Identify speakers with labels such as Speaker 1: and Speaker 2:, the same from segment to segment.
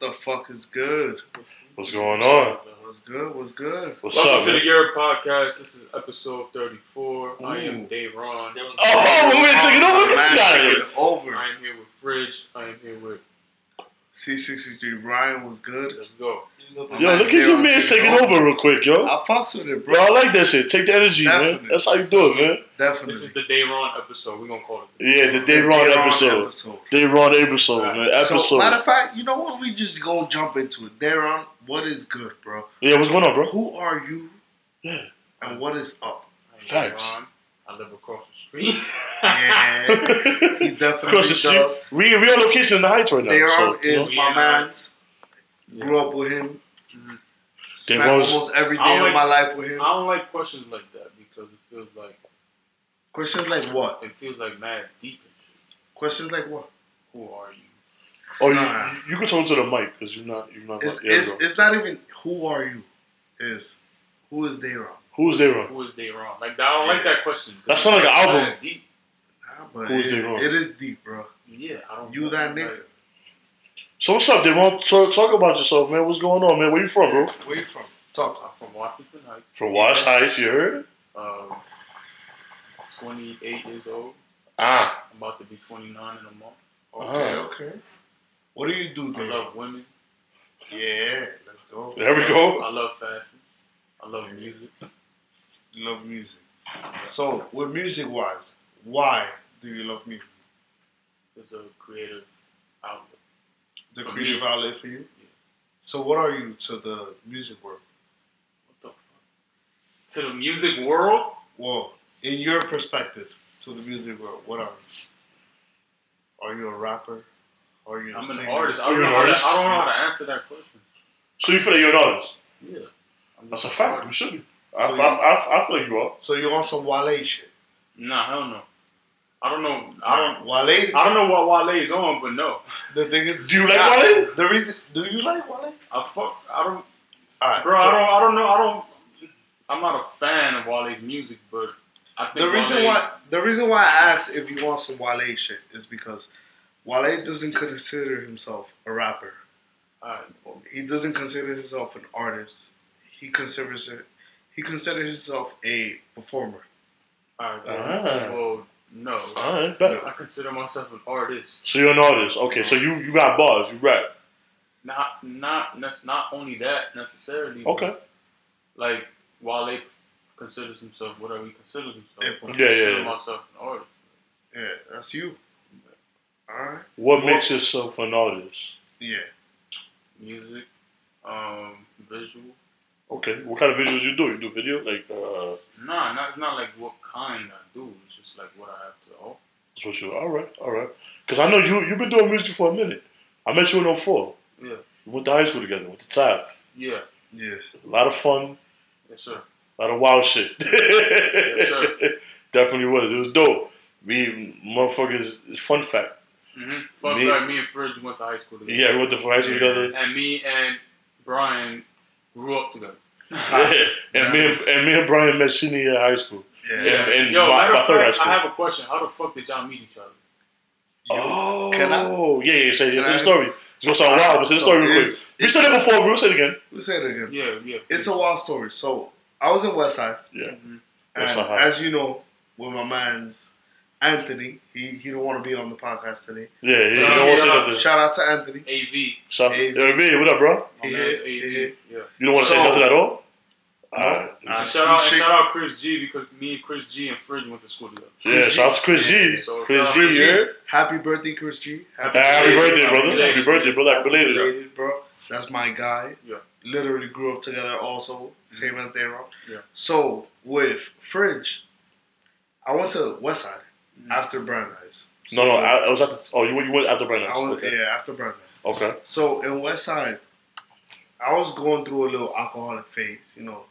Speaker 1: motherfuckers good.
Speaker 2: What's going on?
Speaker 1: What's good? What's good?
Speaker 2: What's
Speaker 3: Welcome
Speaker 2: up,
Speaker 3: to
Speaker 2: man?
Speaker 3: the Europe Podcast. This is episode 34. I am
Speaker 1: Ooh.
Speaker 3: Dave Ron.
Speaker 4: There was
Speaker 2: Oh, oh, my man took it over. Get
Speaker 1: Last
Speaker 2: this out of
Speaker 1: shit
Speaker 2: here.
Speaker 1: over.
Speaker 3: I am here with Fridge. I am here with.
Speaker 1: C63 Ryan was good.
Speaker 3: Let's go.
Speaker 4: You know,
Speaker 1: I'm
Speaker 2: Yo,
Speaker 1: not
Speaker 2: look at
Speaker 1: here,
Speaker 2: your
Speaker 1: I'm
Speaker 2: man
Speaker 1: taking
Speaker 2: taking
Speaker 1: over.
Speaker 2: over real quick, yo.
Speaker 1: I fucks with it, bro.
Speaker 2: Bro, I like that shit. Take the energy, man.
Speaker 1: Definitely.
Speaker 2: That's how you do it, man.
Speaker 1: Definitely.
Speaker 3: This is the Day Ron episode. We're going to call it.
Speaker 2: Yeah, the Day
Speaker 1: The
Speaker 2: Ron
Speaker 1: Day
Speaker 2: episode. Day Ron episode, man.
Speaker 1: So, matter of
Speaker 2: Episode.
Speaker 1: fact, you know what? We just go jump into it. Daron, what is good, bro?
Speaker 2: Yeah, what's going on, bro?
Speaker 1: Who are you?
Speaker 2: Yeah.
Speaker 1: And what is up?
Speaker 3: I am Dave
Speaker 2: Facts.
Speaker 3: Ron. I live across the street.
Speaker 1: Yeah. he definitely
Speaker 2: Across the street.
Speaker 1: does.
Speaker 2: We we on location in the heights right now.
Speaker 1: Daron
Speaker 2: so, you
Speaker 1: is
Speaker 2: know.
Speaker 1: my
Speaker 3: Yeah.
Speaker 1: man's.
Speaker 3: Yeah.
Speaker 1: Grew up with him.
Speaker 3: Mhm.
Speaker 1: Spent
Speaker 2: Daron's-
Speaker 1: almost every
Speaker 3: I
Speaker 1: day of
Speaker 3: like-
Speaker 1: my life with
Speaker 3: I
Speaker 1: him.
Speaker 3: don't like questions like that because it feels like
Speaker 1: Questions like what?
Speaker 3: it feels like mad deep. and shit.
Speaker 1: Questions like what?
Speaker 3: Who are you?
Speaker 2: Oh,
Speaker 1: Nah.
Speaker 2: you, you can talk to the mic because you're not you're not.
Speaker 1: It's,
Speaker 2: Uh-huh. yeah,
Speaker 1: it's,
Speaker 2: bro.
Speaker 1: it's not even who are you. Is who is Daron?
Speaker 2: Who's Day Ron?
Speaker 3: Who is Day Ron? Like I don't like that question. 'cause
Speaker 2: That sound like an
Speaker 3: it's
Speaker 2: album.
Speaker 3: mad Deep.
Speaker 1: Nah, Ah, but
Speaker 2: Who is
Speaker 1: it-
Speaker 2: Daron?
Speaker 1: It is deep, bro.
Speaker 3: Yeah, I don't.
Speaker 1: You that
Speaker 3: like-
Speaker 1: nigga.
Speaker 2: So what's up, Day Ron? Talk, talk about yourself, man. What's going on, man? Where you from, bro?
Speaker 1: Where you from? Talk.
Speaker 3: I'm from Washington Heights.
Speaker 2: From Wash Heights, you heard?
Speaker 3: Um, 28 years old.
Speaker 2: Ah,
Speaker 3: I'm about to be 29 in a month.
Speaker 1: Okay,
Speaker 2: Uh-huh.
Speaker 1: okay. What do you do,
Speaker 3: I
Speaker 1: Daron?
Speaker 3: love women.
Speaker 1: Yeah, let's go.
Speaker 2: there we go.
Speaker 3: I love fashion. I love music.
Speaker 1: You love music. So, with music wise, why do you love music?
Speaker 3: It's a creative outlet.
Speaker 1: The
Speaker 3: For
Speaker 1: creative
Speaker 3: me.
Speaker 1: outlet for you?
Speaker 3: Yeah.
Speaker 1: So, what are you to the music world?
Speaker 3: What the fuck? To the music world,
Speaker 1: Well, in your perspective, to the music world, what are you? Are you a rapper? Are you a
Speaker 3: I'm an
Speaker 1: singer?
Speaker 3: artist. I
Speaker 2: You're
Speaker 3: don't,
Speaker 2: an
Speaker 3: know how to,
Speaker 2: artist?
Speaker 3: I don't know how to answer that question.
Speaker 2: So you feel like you're an artist?
Speaker 3: Yeah. I'm
Speaker 2: That's a
Speaker 3: just an
Speaker 2: fact. You
Speaker 3: artist.
Speaker 2: should be. I,
Speaker 1: So
Speaker 2: I,
Speaker 1: you-
Speaker 2: I, I feel like you are.
Speaker 1: So, you're on some Wale shit?
Speaker 3: Nah, hell no. I don't know. I don't.
Speaker 1: Wale?
Speaker 3: I don't know what Wale's on, but no.
Speaker 1: The thing is,
Speaker 2: Do you like
Speaker 1: Nah,
Speaker 2: Wale?
Speaker 1: The reason, do you like Wale?
Speaker 3: I fuck. I don't.
Speaker 1: All right,
Speaker 3: Bro,
Speaker 1: so-
Speaker 3: I don't, I don't know, I don't, I'm not a fan of Wale's music, but I think
Speaker 1: The reason
Speaker 3: Wale-
Speaker 1: why the reason why I asked if you want some Wale shit is because Wale doesn't consider himself a rapper.
Speaker 3: Alright,
Speaker 1: He doesn't consider himself an artist. He considers it. He considers himself a performer.
Speaker 3: alright, well,
Speaker 2: Ah.
Speaker 3: well, no,
Speaker 2: All right, bet.
Speaker 3: I consider myself an artist.
Speaker 2: So you're an artist. Okay, so you you got bars. You rap.
Speaker 3: Not, not, ne- not only that necessarily. but,
Speaker 2: Okay.
Speaker 3: Like Wale considers himself whatever he considers himself.
Speaker 1: Yeah,
Speaker 3: I
Speaker 2: yeah,
Speaker 3: consider
Speaker 2: yeah.
Speaker 3: myself an artist.
Speaker 1: Yeah, that's you. All right.
Speaker 2: What
Speaker 1: Well-
Speaker 2: makes yourself an artist?
Speaker 1: Yeah.
Speaker 3: Music, um, visual.
Speaker 2: Okay, what kind of visuals you do? You do video like uh,
Speaker 3: Nah, not, it's not like what kind I do. It's just like what I have to offer.
Speaker 2: that's what you. All right, all right. Because I know you you've been doing music for a minute. I met you in 04.
Speaker 3: Yeah.
Speaker 2: We went to high school together. Went to TAF.
Speaker 3: Yeah,
Speaker 1: Yeah.
Speaker 2: A lot of fun.
Speaker 3: yes sir.
Speaker 2: A lot of wild shit.
Speaker 3: sir.
Speaker 2: Definitely was. It was dope. We motherfuckers. It's fun fact.
Speaker 3: Mm-hmm. Fun
Speaker 2: Me-
Speaker 3: fact, me and Fridge went to high school together.
Speaker 2: Yeah, we went to high school together.
Speaker 3: and me and Brian grew up together.
Speaker 2: Yeah.
Speaker 1: Facts.
Speaker 2: And me and,
Speaker 1: Nice.
Speaker 2: and me and Brian met senior year of high school.
Speaker 1: Yeah.
Speaker 2: Yeah. and
Speaker 3: Yo,
Speaker 2: my-
Speaker 3: matter
Speaker 2: my
Speaker 3: of
Speaker 2: third high
Speaker 3: fact,
Speaker 2: school.
Speaker 3: I have a question. How the fuck did y'all meet each other?
Speaker 2: Oh,
Speaker 1: Can I-
Speaker 2: yeah, yeah. Say,
Speaker 1: Can
Speaker 2: say
Speaker 1: I-
Speaker 2: the story. It's gonna sound wild, but say the story real quick.
Speaker 1: It's-
Speaker 2: We said it before, but we'll say it again.
Speaker 1: We said it again.
Speaker 3: Yeah, yeah.
Speaker 1: It's a wild story. So I was in Westside,
Speaker 3: Mhm.
Speaker 1: and
Speaker 2: Westside High.
Speaker 1: as you know, with my man's Anthony, he he don't want to be on the podcast today. Uh,
Speaker 2: Yeah, yeah. You
Speaker 3: Yeah,
Speaker 2: don't want to say
Speaker 3: yeah.
Speaker 2: nothing.
Speaker 1: Shout out to Anthony.
Speaker 3: AV.
Speaker 2: Shout,
Speaker 1: Hey.
Speaker 2: yeah, man, what up, bro?
Speaker 3: My
Speaker 1: Yeah,
Speaker 3: man's AV. Yeah.
Speaker 2: You don't want to
Speaker 1: So-
Speaker 2: say nothing at all.
Speaker 1: No.
Speaker 2: Alright.
Speaker 1: Nah.
Speaker 3: Shout out, and
Speaker 1: Shit.
Speaker 3: shout out Chris G because me and Chris G and Fridge went to school together.
Speaker 2: Yeah, shout out to Chris G.
Speaker 3: So,
Speaker 2: Chris
Speaker 3: shout out
Speaker 2: G,
Speaker 3: to
Speaker 2: yeah.
Speaker 1: G's. Happy birthday, Chris G.
Speaker 2: Hey, Happy
Speaker 3: Yeah.
Speaker 2: birthday, brother.
Speaker 3: Belated.
Speaker 2: Happy birthday, brother. Happy belated.
Speaker 1: Related, bro. That's my guy.
Speaker 3: Yeah.
Speaker 1: Literally grew up together also, same as they were.
Speaker 3: Yeah.
Speaker 1: So with Fridge, I went to Westside
Speaker 3: Mhm.
Speaker 1: after Brown Eyes.
Speaker 2: No, no,
Speaker 1: So,
Speaker 2: I, I was after. Oh, you went, you went after Brian.
Speaker 1: I was,
Speaker 2: Okay.
Speaker 1: yeah, after Brown Eyes.
Speaker 2: Okay.
Speaker 1: So in Westside, I was going through a little alcoholic phase, you know.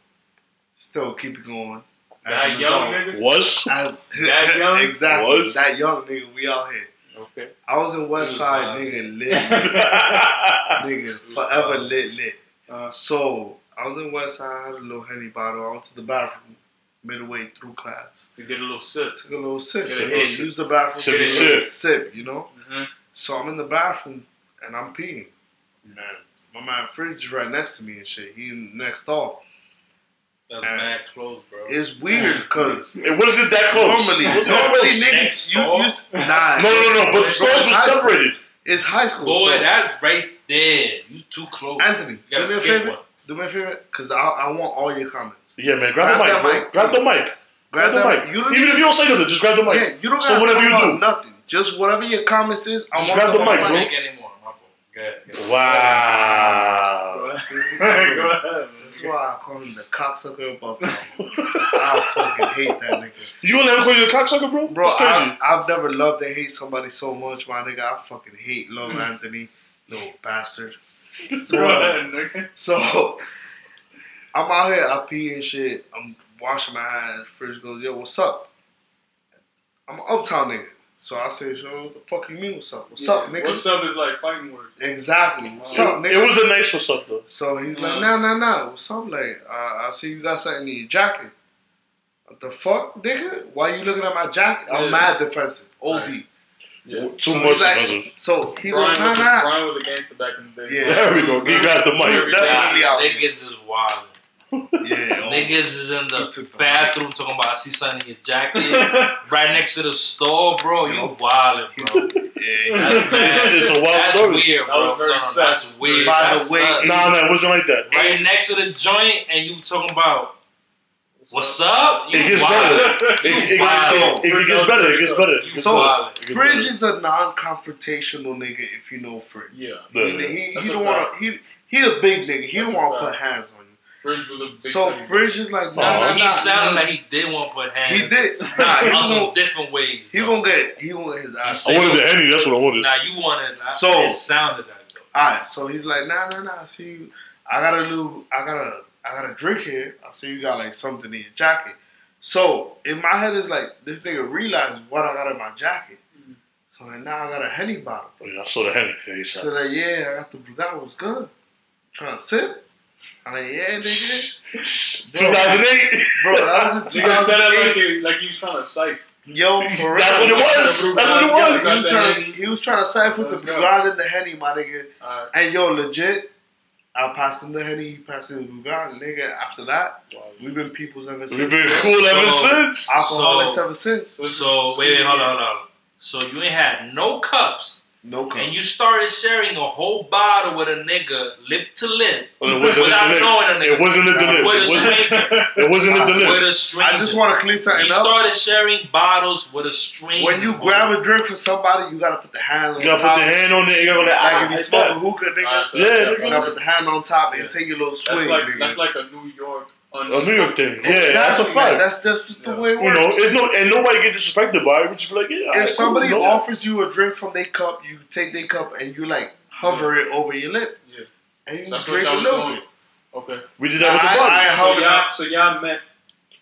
Speaker 1: Still keep it going. As
Speaker 3: That
Speaker 1: an
Speaker 3: young
Speaker 1: adult.
Speaker 3: nigga.
Speaker 2: Was
Speaker 1: As,
Speaker 3: That young?
Speaker 1: exactly.
Speaker 2: Was?
Speaker 1: That young nigga, we out here.
Speaker 3: Okay.
Speaker 1: I was in
Speaker 4: was
Speaker 1: Westside,
Speaker 4: wild.
Speaker 1: nigga, lit.
Speaker 2: yeah,
Speaker 1: nigga,
Speaker 3: was
Speaker 1: forever
Speaker 3: wild.
Speaker 1: lit lit.
Speaker 2: Uh-huh.
Speaker 3: Uh,
Speaker 1: So I was in Westside, had a little henny bottle. I went to the bathroom midway through class.
Speaker 3: to get a little sip.
Speaker 1: Took a little sip,
Speaker 3: Sip,
Speaker 1: yeah,
Speaker 2: sip.
Speaker 1: used the bathroom,
Speaker 2: Sip,
Speaker 1: took a
Speaker 3: sip.
Speaker 1: little sip, you know.
Speaker 3: Mm-hmm.
Speaker 1: So I'm in the bathroom and I'm peeing.
Speaker 2: Man.
Speaker 1: My man Fridge is right next to me and shit. He next door.
Speaker 4: That's
Speaker 1: Man.
Speaker 4: mad close, bro.
Speaker 1: It's weird because
Speaker 2: It wasn't that close.
Speaker 1: normally,
Speaker 2: It
Speaker 1: normally
Speaker 2: wasn't that close.
Speaker 1: niggas,
Speaker 4: Next
Speaker 1: you,
Speaker 4: door?
Speaker 1: you nah,
Speaker 2: No, no, no. But the stores
Speaker 1: High
Speaker 2: were
Speaker 1: school.
Speaker 2: separated.
Speaker 1: it's high school.
Speaker 4: Boy,
Speaker 1: so-
Speaker 4: that's right there. You too close.
Speaker 1: Anthony,
Speaker 4: you gotta
Speaker 1: do me a
Speaker 4: skip
Speaker 1: favor.
Speaker 4: one.
Speaker 1: Do me a favor, cause I, I want all your comments.
Speaker 2: Yeah, man. Grab,
Speaker 1: Grab
Speaker 2: the
Speaker 1: that
Speaker 2: mic,
Speaker 1: mic,
Speaker 2: bro. Grab the
Speaker 1: please.
Speaker 2: mic. Grab the mic.
Speaker 1: You don't
Speaker 2: Even if you don't say nothing, just grab the mic.
Speaker 1: yeah, you don't
Speaker 2: So
Speaker 1: gotta
Speaker 2: whatever
Speaker 1: talk
Speaker 2: you
Speaker 1: about
Speaker 2: do.
Speaker 1: nothing. Just whatever your comments is, I
Speaker 2: Just
Speaker 1: want
Speaker 2: grab
Speaker 1: to
Speaker 2: the
Speaker 1: know
Speaker 2: mic,
Speaker 4: I
Speaker 1: about
Speaker 2: bro.
Speaker 1: it.
Speaker 4: didn't get any more. My fault. Go ahead. Go ahead.
Speaker 2: Wow.
Speaker 3: Go ahead, man.
Speaker 1: That's why I call him the cocksucker of Buffalo. I fucking hate that nigga.
Speaker 2: You gonna ever call you a cocksucker, bro?
Speaker 1: Bro,
Speaker 2: That's crazy.
Speaker 1: I, I've never loved and hate somebody so much, my nigga. I fucking hate Love
Speaker 2: Mm-hmm.
Speaker 1: Anthony, little bastard.
Speaker 3: Go ahead, nigga.
Speaker 1: So I'm out here, I pee and shit. I'm washing my hands. Fridge goes, yo, what's up? I'm an uptown nigga. So I say, yo, what the fuck you mean what's up? What's up, nigga?
Speaker 3: What's up is like fighting words.
Speaker 1: Exactly. What's up,
Speaker 2: it,
Speaker 1: nigga?
Speaker 2: was a nice what's up, though.
Speaker 1: so he's like,
Speaker 3: Mm.
Speaker 1: nah, nah, nah. What's up? Like, uh, I see you got something in your jacket. What the fuck, nigga? Why you looking at my jacket? I'm
Speaker 3: Yeah.
Speaker 1: mad defensive. OD.
Speaker 3: Yeah.
Speaker 2: Too
Speaker 1: So
Speaker 2: much
Speaker 1: he's like-
Speaker 2: offensive.
Speaker 1: So he
Speaker 3: Brian,
Speaker 1: goes, nah,
Speaker 3: was,
Speaker 1: nah.
Speaker 3: Brian was a gangster back in the day.
Speaker 1: Yeah.
Speaker 2: There we go. He grabbed the mic.
Speaker 3: Yeah.
Speaker 1: Definitely
Speaker 4: Nah,
Speaker 1: out.
Speaker 4: niggas is wild.
Speaker 1: Yeah.
Speaker 4: Niggas is in
Speaker 1: He
Speaker 4: the
Speaker 1: Oh. took the
Speaker 4: bathroom talking about I see something in your jacket right next to the store, bro. You
Speaker 1: Yo.
Speaker 4: wildin', bro.
Speaker 1: yeah.
Speaker 4: That's
Speaker 2: It's,
Speaker 4: bad.
Speaker 2: it's a wild
Speaker 4: That's
Speaker 2: story.
Speaker 4: weird, bro.
Speaker 3: That was very
Speaker 4: No, no,
Speaker 3: sus.
Speaker 4: that's weird.
Speaker 1: By the
Speaker 4: that's
Speaker 1: way,
Speaker 4: sus.
Speaker 2: Nah, man, it wasn't like that.
Speaker 4: right next to the joint, and you talking about what's up? You
Speaker 2: It gets
Speaker 4: wildin'.
Speaker 2: better. It, it, it,
Speaker 4: Wow.
Speaker 2: it, it gets better. It gets better. It
Speaker 4: You
Speaker 2: gets
Speaker 1: So-
Speaker 4: wildin'.
Speaker 2: better.
Speaker 1: Fridge is a non-confrontational nigga if you know Fridge.
Speaker 3: Yeah.
Speaker 1: He,
Speaker 2: The-
Speaker 1: he,
Speaker 3: That's
Speaker 1: he
Speaker 3: a
Speaker 1: don't want to. He he a big nigga. He
Speaker 3: That's
Speaker 1: don't
Speaker 3: a
Speaker 1: want to put
Speaker 3: fact.
Speaker 1: hands on you.
Speaker 3: Fridge was a big
Speaker 1: so
Speaker 3: thing.
Speaker 1: Fridge is like, nah,
Speaker 2: Oh,
Speaker 1: nah,
Speaker 4: he
Speaker 1: nah.
Speaker 4: sounded like he did want to put hands.
Speaker 1: he did. Nah, he
Speaker 4: on some
Speaker 1: gonna,
Speaker 4: different ways.
Speaker 1: he
Speaker 4: though.
Speaker 1: gonna get. He gonna get his ass.
Speaker 4: said-
Speaker 2: I wanted the Henny. That's what I wanted.
Speaker 4: Nah, you wanted. I-
Speaker 1: So-
Speaker 4: it sounded like though.
Speaker 1: All right. So he's like, nah, nah, nah. I See you. I got a little. I got a. I got a drink here. I see you got like something in your jacket. So in my head is like, this nigga realized what I got in my jacket. So like, now I got a henny bottle.
Speaker 2: Oh, yeah, I saw the Henny. Yeah, he
Speaker 1: So
Speaker 2: said.
Speaker 1: like, yeah, I got the that was good. Trying to sip. I'm like, yeah, nigga.
Speaker 2: 2008.
Speaker 1: Bro, that was in
Speaker 3: You guys said it like
Speaker 1: 2008.
Speaker 3: he, like he was trying to psych.
Speaker 1: Yo, for real.
Speaker 2: That's what it was. That's what it was.
Speaker 1: He was, trying to,
Speaker 3: Alright.
Speaker 1: he was trying to side with the
Speaker 3: Let's go.
Speaker 1: Bugatti and the Henny, my nigga. And yo, legit, I passed him the Henny, he passed him the Bugatti, nigga. After that, we've been people's ever since.
Speaker 2: We've been cool ever
Speaker 4: So-
Speaker 2: since.
Speaker 1: Alcoholics
Speaker 4: So-
Speaker 1: ever since.
Speaker 3: This
Speaker 4: So
Speaker 3: is-
Speaker 4: wait, wait, hold on, hold on. So you ain't had no cups,
Speaker 1: No cup.
Speaker 4: and you started sharing a whole bottle with a nigga, lip to lip,
Speaker 2: Well, it wasn't
Speaker 4: without
Speaker 2: a delay.
Speaker 4: knowing a nigga.
Speaker 2: It wasn't a delay. It
Speaker 4: with a
Speaker 2: wasn't,
Speaker 4: stranger,
Speaker 2: it wasn't a
Speaker 4: with
Speaker 2: delay.
Speaker 4: a stranger.
Speaker 1: I just want to clean
Speaker 4: you
Speaker 1: something up.
Speaker 4: started sharing bottles with a stranger.
Speaker 1: When you grab a drink for somebody, you gotta put the hand on
Speaker 2: You gotta put
Speaker 1: top.
Speaker 2: the hand on it. You gotta go like,
Speaker 1: Like if
Speaker 2: ah,
Speaker 1: you
Speaker 2: like
Speaker 1: smoke
Speaker 2: that.
Speaker 1: a hookah, nigga,
Speaker 3: so
Speaker 2: Yeah,
Speaker 3: that's-
Speaker 2: nigga.
Speaker 1: you gotta put the hand on top and take your little swig,
Speaker 3: That's like
Speaker 1: nigga.
Speaker 3: that's like a New York. Un-
Speaker 2: A New York thing. Yeah, that's a
Speaker 1: Exactly, man.
Speaker 2: fact.
Speaker 1: That's that's just the
Speaker 3: Yeah.
Speaker 1: way it
Speaker 2: You
Speaker 1: works.
Speaker 2: know, it's no, and nobody get disrespected by it. We just be like, yeah.
Speaker 1: if somebody
Speaker 2: cool, no.
Speaker 1: offers you a drink from their cup, you take their cup and you like hover it over your lip.
Speaker 3: Yeah.
Speaker 1: And you
Speaker 3: That's
Speaker 1: drink
Speaker 3: what
Speaker 1: a
Speaker 3: y'all
Speaker 1: little
Speaker 3: was
Speaker 1: bit.
Speaker 3: Okay.
Speaker 2: we did that with
Speaker 1: I-
Speaker 2: the body.
Speaker 1: I-
Speaker 3: So
Speaker 1: Hold it
Speaker 3: y'all,
Speaker 1: up.
Speaker 3: so y'all met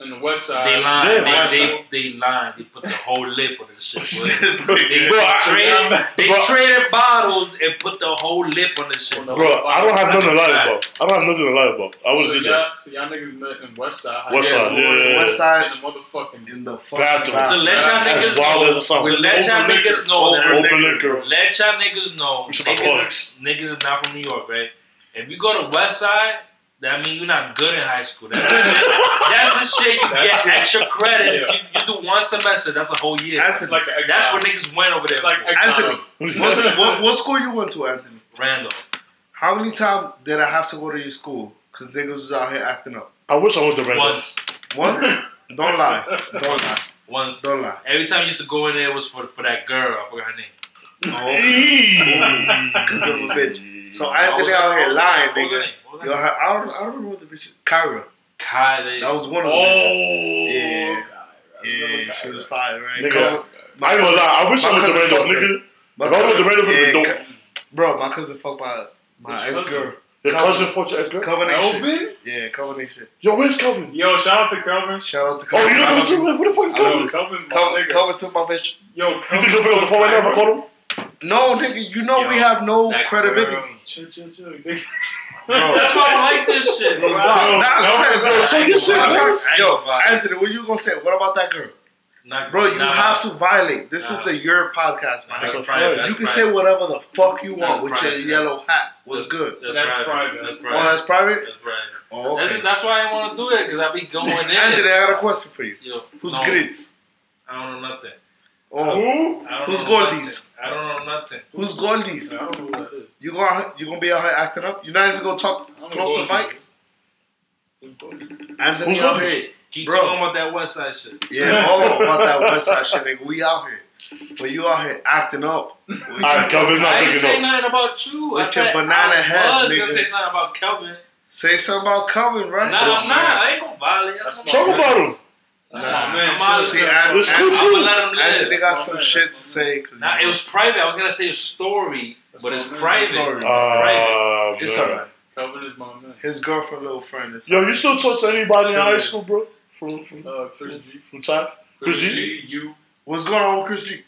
Speaker 3: on the West Side.
Speaker 4: they lied.
Speaker 2: Yeah,
Speaker 3: West
Speaker 4: they,
Speaker 3: Side.
Speaker 4: they, they lied. They put the whole lip on this shit. Boy.
Speaker 1: This nigga.
Speaker 4: They,
Speaker 2: Bro, I-
Speaker 4: traded, they
Speaker 2: bro.
Speaker 4: traded bottles and put the whole lip on this shit.
Speaker 3: Bro,
Speaker 2: Bro, I don't have nothing to lie
Speaker 4: Fact.
Speaker 2: about. I don't have nothing to lie about. I was
Speaker 3: so
Speaker 2: did that.
Speaker 3: y'all, so y'all niggas met in West Side.
Speaker 2: West Side,
Speaker 3: Highland,
Speaker 2: yeah,
Speaker 3: Warren,
Speaker 2: yeah,
Speaker 1: West Side.
Speaker 3: In the motherfucking.
Speaker 1: In the fucking
Speaker 2: Bathroom.
Speaker 1: bathroom.
Speaker 4: To let y'all
Speaker 2: That's
Speaker 4: niggas
Speaker 2: wild as it
Speaker 4: know,
Speaker 2: sounds.
Speaker 4: to let y'all
Speaker 2: Open
Speaker 4: niggas
Speaker 2: liquor.
Speaker 4: know that
Speaker 1: Open
Speaker 2: Open liquor.
Speaker 4: Let y'all niggas know,
Speaker 2: We should buy
Speaker 4: niggas,
Speaker 2: plugs.
Speaker 4: niggas is not from New York, right? If you go to West Side, that means you're not good in high school. That's the shit, that's the shit you
Speaker 3: That
Speaker 4: get
Speaker 3: shit-
Speaker 4: extra credit. You, you do one semester, that's a whole year.
Speaker 1: That's
Speaker 4: That's,
Speaker 3: It's like an
Speaker 4: where niggas went over there.
Speaker 3: It's like
Speaker 4: for.
Speaker 1: Anthony,
Speaker 3: exile.
Speaker 1: what, what, what school you went to, Anthony?
Speaker 4: Randolph.
Speaker 1: How many times did I have to go to your school? Because niggas was out here acting up.
Speaker 2: I wish I was the random.
Speaker 4: Once,
Speaker 1: Once? Don't lie. Don't lie.
Speaker 4: once, once.
Speaker 1: Don't lie.
Speaker 4: Every time you used to go in there was for, for that girl. I forgot her name.
Speaker 1: Because
Speaker 2: Because
Speaker 1: of a bitch. So
Speaker 4: What
Speaker 1: Anthony
Speaker 4: was
Speaker 1: out
Speaker 4: her-
Speaker 1: here
Speaker 4: what was her-
Speaker 1: lying,
Speaker 4: what was her
Speaker 1: nigga.
Speaker 4: name? What was her
Speaker 1: Yo,
Speaker 4: name?
Speaker 1: I, I, don't, I don't remember the bitch. Kyra.
Speaker 4: Kylie.
Speaker 1: That was one of the bitches.
Speaker 2: Yeah.
Speaker 1: Yeah. Yeah, she was fire, right?
Speaker 2: Oh. Nigga,
Speaker 1: Go-
Speaker 2: I ain't gonna lie. I wish I
Speaker 1: My
Speaker 2: was the
Speaker 1: cousin
Speaker 2: random,
Speaker 1: fucked
Speaker 2: nigga.
Speaker 1: My
Speaker 2: If I was the
Speaker 1: cousin-
Speaker 2: random, it
Speaker 1: yeah,
Speaker 2: would dope.
Speaker 1: cou- Bro, my cousin fucked my my
Speaker 3: Which
Speaker 1: ex
Speaker 3: cousin?
Speaker 1: girl.
Speaker 2: Your
Speaker 1: Calvin.
Speaker 2: cousin fought your ex girl.
Speaker 1: Covenant shit.
Speaker 3: Kelvin?
Speaker 1: Yeah, Covenant shit.
Speaker 2: Yo, where's Calvin?
Speaker 3: Yo, shout out to Kelvin.
Speaker 1: Shout out to
Speaker 2: Oh,
Speaker 1: Covenant.
Speaker 2: you don't come to Where the fuck is
Speaker 3: Yo,
Speaker 2: Calvin?
Speaker 3: Kelvin's my
Speaker 1: Covenant,
Speaker 3: nigga.
Speaker 1: Covenant took my bitch.
Speaker 3: Yo,
Speaker 2: You
Speaker 3: Kelvin.
Speaker 2: think he'll pick up the phone right now if I call him?
Speaker 1: No, nigga, you know we have no
Speaker 4: that
Speaker 1: credibility.
Speaker 4: girl.
Speaker 3: Chill, chill, chill, nigga.
Speaker 4: That's why I like this shit.
Speaker 1: Yo,
Speaker 4: bro.
Speaker 1: nah,
Speaker 3: no,
Speaker 1: nah,
Speaker 3: no,
Speaker 1: credibility.
Speaker 2: no, take your shit,
Speaker 1: Yo,
Speaker 2: man.
Speaker 1: Yo,
Speaker 4: Angle vibe.
Speaker 1: Anthony, what you gonna say? What about that girl?
Speaker 4: Not,
Speaker 1: Bro, you
Speaker 4: not-
Speaker 1: have to violate. This
Speaker 4: nah.
Speaker 1: is the your podcast, man.
Speaker 4: That's
Speaker 2: That's
Speaker 4: private.
Speaker 2: a
Speaker 1: you
Speaker 4: That's
Speaker 1: can say
Speaker 4: private.
Speaker 1: whatever the fuck you
Speaker 4: That's
Speaker 1: want with
Speaker 4: private.
Speaker 1: your yellow hat. What's
Speaker 4: That's-
Speaker 1: good?
Speaker 3: That's private.
Speaker 4: That's
Speaker 1: Oh,
Speaker 4: private.
Speaker 1: that's private.
Speaker 4: That's private.
Speaker 1: Oh,
Speaker 4: That's,
Speaker 1: okay.
Speaker 4: that's why I didn't want to do it because I be going in.
Speaker 1: Anthony, I got a question for you.
Speaker 4: Yo,
Speaker 1: Who's
Speaker 4: no,
Speaker 1: grits?
Speaker 4: I don't know nothing.
Speaker 1: Oh,
Speaker 4: I don't
Speaker 1: Who's
Speaker 4: know
Speaker 1: Goldies?
Speaker 4: nothing. I don't know nothing.
Speaker 1: who's goldies?
Speaker 3: I don't know who that is.
Speaker 1: You gonna you gonna be out here acting up? You're not even gonna talk
Speaker 3: I'm a
Speaker 1: close to the
Speaker 3: Goldie.
Speaker 1: mic. Anthony
Speaker 2: Who's
Speaker 1: out
Speaker 2: Goldies?
Speaker 1: here.
Speaker 4: Keep
Speaker 1: Bro.
Speaker 4: talking about that West Side shit.
Speaker 1: Yeah, all about that West Side shit, nigga. We out here, but you out here acting up. We-
Speaker 2: Alright, Kelvin's not
Speaker 4: I ain't say
Speaker 2: picking up.
Speaker 4: nothing about you. I
Speaker 1: With your
Speaker 4: said
Speaker 1: banana
Speaker 4: I
Speaker 1: hat,
Speaker 4: was
Speaker 1: nigga.
Speaker 4: gonna say something about Kelvin.
Speaker 1: Say something about Calvin,
Speaker 4: Nah,
Speaker 1: right?
Speaker 4: I'm not. I ain't gonna violate. I'm
Speaker 3: That's
Speaker 4: not-
Speaker 2: Talk about him.
Speaker 3: That's
Speaker 4: Nah,
Speaker 3: my man.
Speaker 4: I'm out of
Speaker 1: See,
Speaker 4: here.
Speaker 1: I-
Speaker 2: Let's
Speaker 1: I-
Speaker 2: go
Speaker 4: I'm
Speaker 2: to
Speaker 4: gonna
Speaker 2: him.
Speaker 4: let him live.
Speaker 1: Anthony got
Speaker 3: That's
Speaker 1: some
Speaker 3: my man.
Speaker 1: shit to say. 'cause
Speaker 4: Nah, it was private. I was gonna say a story,
Speaker 3: That's
Speaker 4: but it's
Speaker 3: my man.
Speaker 4: private.
Speaker 1: Sorry.
Speaker 2: Ah,
Speaker 1: It's
Speaker 2: man.
Speaker 1: alright.
Speaker 3: Kelvin is my man.
Speaker 1: His girlfriend, little friend. Is
Speaker 2: Yo, you still talk to anybody in high school, bro? From from
Speaker 3: Uh, Chris G.
Speaker 2: from time?
Speaker 3: Chris
Speaker 2: Chris G?
Speaker 3: G. You.
Speaker 1: What's going on with Chris G?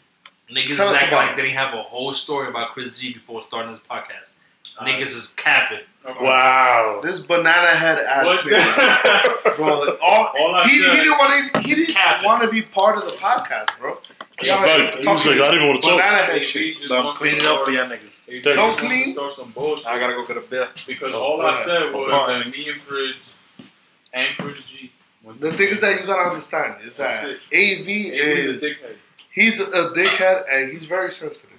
Speaker 4: Niggas is
Speaker 1: Tell us
Speaker 4: acting
Speaker 1: about
Speaker 4: like
Speaker 1: it.
Speaker 4: they didn't have a whole story about Chris G before starting this podcast. Niggas is capping.
Speaker 2: Wow.
Speaker 1: This banana head ass
Speaker 3: What Oh,
Speaker 1: nigga,
Speaker 3: the-
Speaker 1: bro. All,
Speaker 3: All I
Speaker 1: he, he
Speaker 3: said.
Speaker 1: didn't want to. He didn't
Speaker 4: Captain.
Speaker 1: want to be part of the podcast, bro.
Speaker 2: That's a fact. He was like, I didn't want to talk.
Speaker 1: Banana head shit.
Speaker 3: AB just
Speaker 5: So I'm
Speaker 3: wants to
Speaker 5: cleaning
Speaker 3: start-
Speaker 5: up for y'all niggas.
Speaker 3: AB
Speaker 2: Don't
Speaker 3: just wants to
Speaker 1: clean.
Speaker 3: Start some bullshit.
Speaker 5: I gotta go get a beer.
Speaker 3: Because
Speaker 2: Oh,
Speaker 3: all I
Speaker 1: alright.
Speaker 3: said was
Speaker 5: Alright.
Speaker 3: that me and Chris and Chris G. went
Speaker 1: The
Speaker 3: to-
Speaker 1: thing is that you gotta understand is
Speaker 3: That's
Speaker 1: that
Speaker 3: it.
Speaker 1: AV
Speaker 3: AB
Speaker 1: is
Speaker 3: is a dickhead.
Speaker 1: he's a dickhead and he's very sensitive.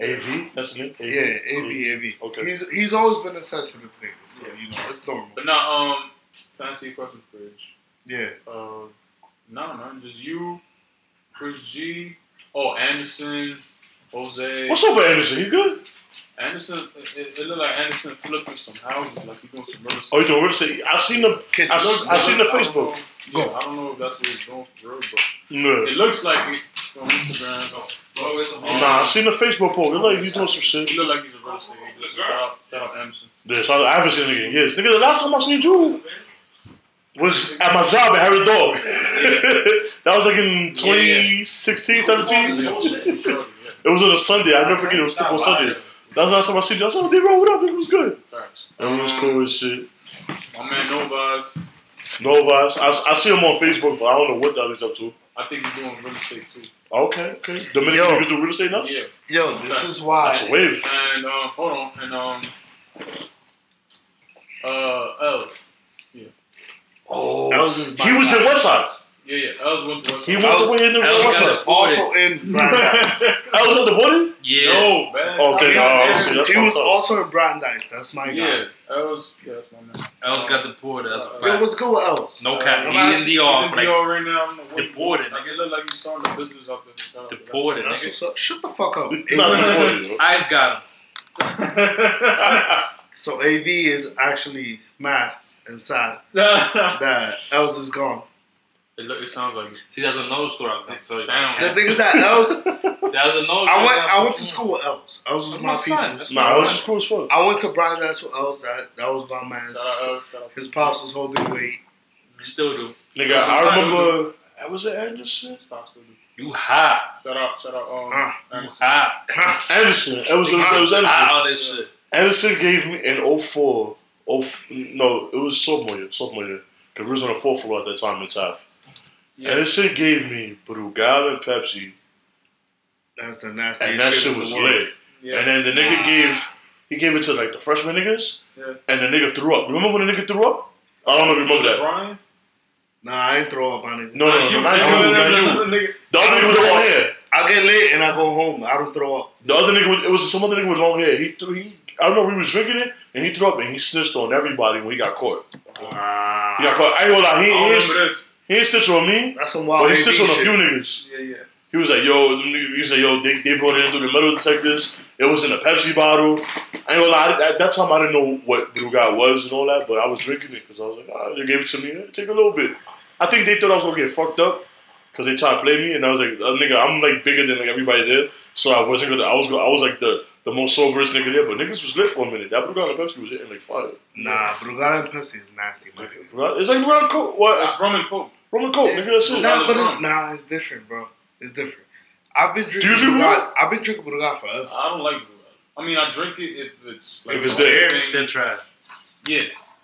Speaker 2: AV? That's the name? AV?
Speaker 1: Yeah, AV, AV.
Speaker 2: Okay.
Speaker 1: He's he's always been a sensitive nigga, so you know it's normal.
Speaker 3: But no, um, to answer your question, Chris.
Speaker 1: Yeah,
Speaker 3: Uh, no, man, just you, Chris G. Oh, Anderson, Jose.
Speaker 2: What's up with Anderson? He good?
Speaker 3: Anderson, it, it, it look like Anderson flipping some houses, like he doing some real estate.
Speaker 2: Oh, you doing real estate? I seen the.
Speaker 1: Kitchen.
Speaker 2: I s- I seen the
Speaker 3: don't
Speaker 2: Facebook.
Speaker 3: know- Yeah, I don't know if that's what he's doing for real, but
Speaker 2: No.
Speaker 3: it looks like it on Instagram. oh, Bro, it's a
Speaker 2: Nah, I seen the Facebook post. It like he's doing some shit.
Speaker 3: He look like he's a real estate agent. so Shout out, shout out Anderson.
Speaker 2: This, I, I haven't seen nigga in years. Nigga, the last time I seen you was at my job at Harry Dog. that was like in 2016, 17. It was on a Sunday. I never forget it was football Sunday. That was the last time I seen you. I was like, oh, D-Roll, what up? Nigga, was good.
Speaker 3: Facts.
Speaker 2: Everyone was cool and shit.
Speaker 3: My man Novas,
Speaker 2: Novas. I, I see him on Facebook, but I don't know what that is up to.
Speaker 3: I think he's doing real estate too.
Speaker 2: Okay, okay. Dominican
Speaker 1: Yo.
Speaker 2: niggas do real estate now?
Speaker 3: Yeah.
Speaker 1: yo, this is why.
Speaker 2: That's a wave.
Speaker 3: And um, hold on, and um, uh, Els.
Speaker 2: Oh.
Speaker 1: That was his
Speaker 2: he was in Westside.
Speaker 3: Yeah, yeah, Els went to West.
Speaker 2: He went
Speaker 1: was-
Speaker 2: away in the
Speaker 4: I was
Speaker 2: Westside.
Speaker 4: gonna-
Speaker 1: was also in Brandeis.
Speaker 2: I was at the border?
Speaker 4: Yeah.
Speaker 3: No, man.
Speaker 2: Oh, thank
Speaker 1: he
Speaker 2: God. Okay, that's
Speaker 1: was
Speaker 2: fucked up.
Speaker 1: also in Brandeis. That's my guy.
Speaker 3: Yeah, Els. Yeah, that's my man.
Speaker 4: Els got deported. That's a
Speaker 1: Yo,
Speaker 4: fact.
Speaker 1: what's good with else?
Speaker 4: No cap.
Speaker 3: Uh,
Speaker 1: he's
Speaker 4: He in DR
Speaker 3: He's
Speaker 4: for
Speaker 3: in
Speaker 4: like
Speaker 3: DR right now. I don't know what he doing.
Speaker 4: deported,
Speaker 3: Like,
Speaker 4: nigga.
Speaker 3: it look like he's starting a business up in uh,
Speaker 4: deported.
Speaker 1: That's
Speaker 4: Nigga.
Speaker 1: what's up. Shut the fuck up.
Speaker 2: Not
Speaker 1: AV.
Speaker 2: at the border, yo.
Speaker 4: Ice got him.
Speaker 1: So AV is actually mad and sad that Els is gone.
Speaker 3: it, look, it sounds like it.
Speaker 4: See, that's another story I was gonna tell you.
Speaker 3: Sound.
Speaker 1: The thing is that Els,
Speaker 4: See, that's another. story
Speaker 1: I went, I
Speaker 4: was
Speaker 1: went to school with Els. Els was
Speaker 4: That's
Speaker 1: my,
Speaker 4: my son.
Speaker 1: people.
Speaker 4: That's
Speaker 2: Nah, I was just cool as fuck.
Speaker 1: I went to Brandeis with Els. That that was my
Speaker 3: Shout
Speaker 1: man's.
Speaker 4: Uh,
Speaker 3: out Els. Shout out.
Speaker 1: His pops was holding weight.
Speaker 4: Still do.
Speaker 2: Nigga, I remember. Was it Anderson?
Speaker 3: Stop, stop, stop.
Speaker 4: You high.
Speaker 3: Shout out. Shout out. Um,
Speaker 1: Uh,
Speaker 4: You
Speaker 3: Anderson.
Speaker 4: high.
Speaker 2: Anderson. It was, it was, it was
Speaker 4: You
Speaker 2: Anderson.
Speaker 4: high on this shit.
Speaker 2: Anderson gave me an 04. Oh, no, it was sophomore year. Sophomore year. Because we was on the fourth floor at that time in TAF.
Speaker 3: Yeah.
Speaker 2: Anderson gave me Brugal and Pepsi.
Speaker 1: That's the nastiest
Speaker 2: And that
Speaker 1: shit
Speaker 2: shit
Speaker 1: in the
Speaker 2: was
Speaker 1: world.
Speaker 2: lit.
Speaker 3: Yeah.
Speaker 2: And then the nigga gave, he gave it to like the freshman niggas.
Speaker 3: Yeah.
Speaker 2: And the nigga threw up. Remember when the nigga threw up? I don't know if you remember that.
Speaker 3: Brian?
Speaker 1: Nah, I ain't throw up on it.
Speaker 2: No, no, no,
Speaker 3: you,
Speaker 2: no, not you,
Speaker 3: no, no,
Speaker 2: not
Speaker 3: no,
Speaker 2: you.
Speaker 3: no, no, nigga.
Speaker 2: The other nigga with the long hair.
Speaker 1: I get lit and I go home. I don't throw up.
Speaker 2: The other nigga, with, it was some other nigga with long hair. He threw, he, I don't know, we was drinking it, and he threw up, and he snitched on everybody when he got caught. He got caught. I ain't gonna lie, he, he,
Speaker 3: I don't
Speaker 2: ain't,
Speaker 3: remember Oh, this.
Speaker 2: he ain't snitch on me,
Speaker 1: That's some
Speaker 2: but
Speaker 1: wild
Speaker 2: he
Speaker 1: AV
Speaker 2: snitched on a few
Speaker 1: shit.
Speaker 2: niggas.
Speaker 3: Yeah, yeah.
Speaker 2: He was like, yo, them niggas- he said, yo, they, they brought it in through the metal detectors. It was in a Pepsi bottle. I ain't gonna lie, I- at that time I didn't know what Blue Guy was and all that, but I was drinking it because I was like, ah, they gave it to me. eh, Take a little bit. I think they thought I was gonna get fucked up because they tried to play me, and I was like, uh, nigga, I'm like bigger than like everybody there, so I wasn't gonna. I was gonna, I was like the the most soberest nigga there, but niggas was lit for a minute. That Blue Guy and Pepsi was hitting like fire.
Speaker 1: Nah, Brugal and Pepsi is nasty, man.
Speaker 2: Blue Guy- It's like Blue Guy and Coke.
Speaker 1: Uh,
Speaker 2: What?
Speaker 3: That's rum and coke.
Speaker 2: Roman Coke, nigga. That's it.
Speaker 1: Nah,
Speaker 3: Brugal
Speaker 1: but
Speaker 3: is
Speaker 1: it,
Speaker 3: rum.
Speaker 1: nah, it's different, bro. It's different. I've been drinking.
Speaker 2: drink
Speaker 1: Brugal-
Speaker 2: Brugal?
Speaker 1: I've been drinking Brugal forever.
Speaker 3: I don't like Brugal. I mean, I drink it if it's like
Speaker 2: If it's
Speaker 3: the only
Speaker 2: there.
Speaker 3: thing-
Speaker 4: Shit trash.
Speaker 3: Yeah,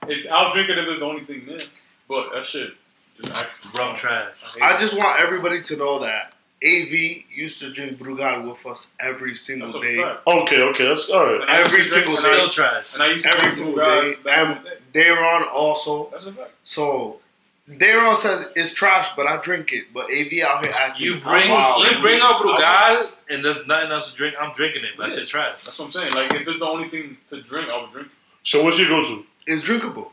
Speaker 3: if, I'll drink it if it's the only thing there. But that shit, I,
Speaker 4: Rum trash.
Speaker 1: I just want everybody to know that AV used to drink Brugal with us every single
Speaker 3: that's a
Speaker 1: day.
Speaker 3: fact.
Speaker 2: Okay, okay, that's all right.
Speaker 3: And I used to
Speaker 1: Every
Speaker 3: drink
Speaker 1: single
Speaker 3: when I-
Speaker 4: Still trash.
Speaker 3: And I used to
Speaker 1: Every
Speaker 3: drink
Speaker 1: single
Speaker 3: Brugal
Speaker 1: day.
Speaker 3: back in
Speaker 1: And
Speaker 3: the day.
Speaker 1: Dayron also.
Speaker 3: That's a fact.
Speaker 1: So Dayron says it's trash, but I drink it. But AV out here acting.
Speaker 4: You bring
Speaker 1: wild.
Speaker 4: you bring up Brugal and there's nothing else to drink. I'm drinking it, but I
Speaker 3: Yeah.
Speaker 4: said trash.
Speaker 3: That's what I'm saying. Like, if it's the only thing to drink, I would drink. it.
Speaker 2: So what's your go-to?
Speaker 1: It's drinkable.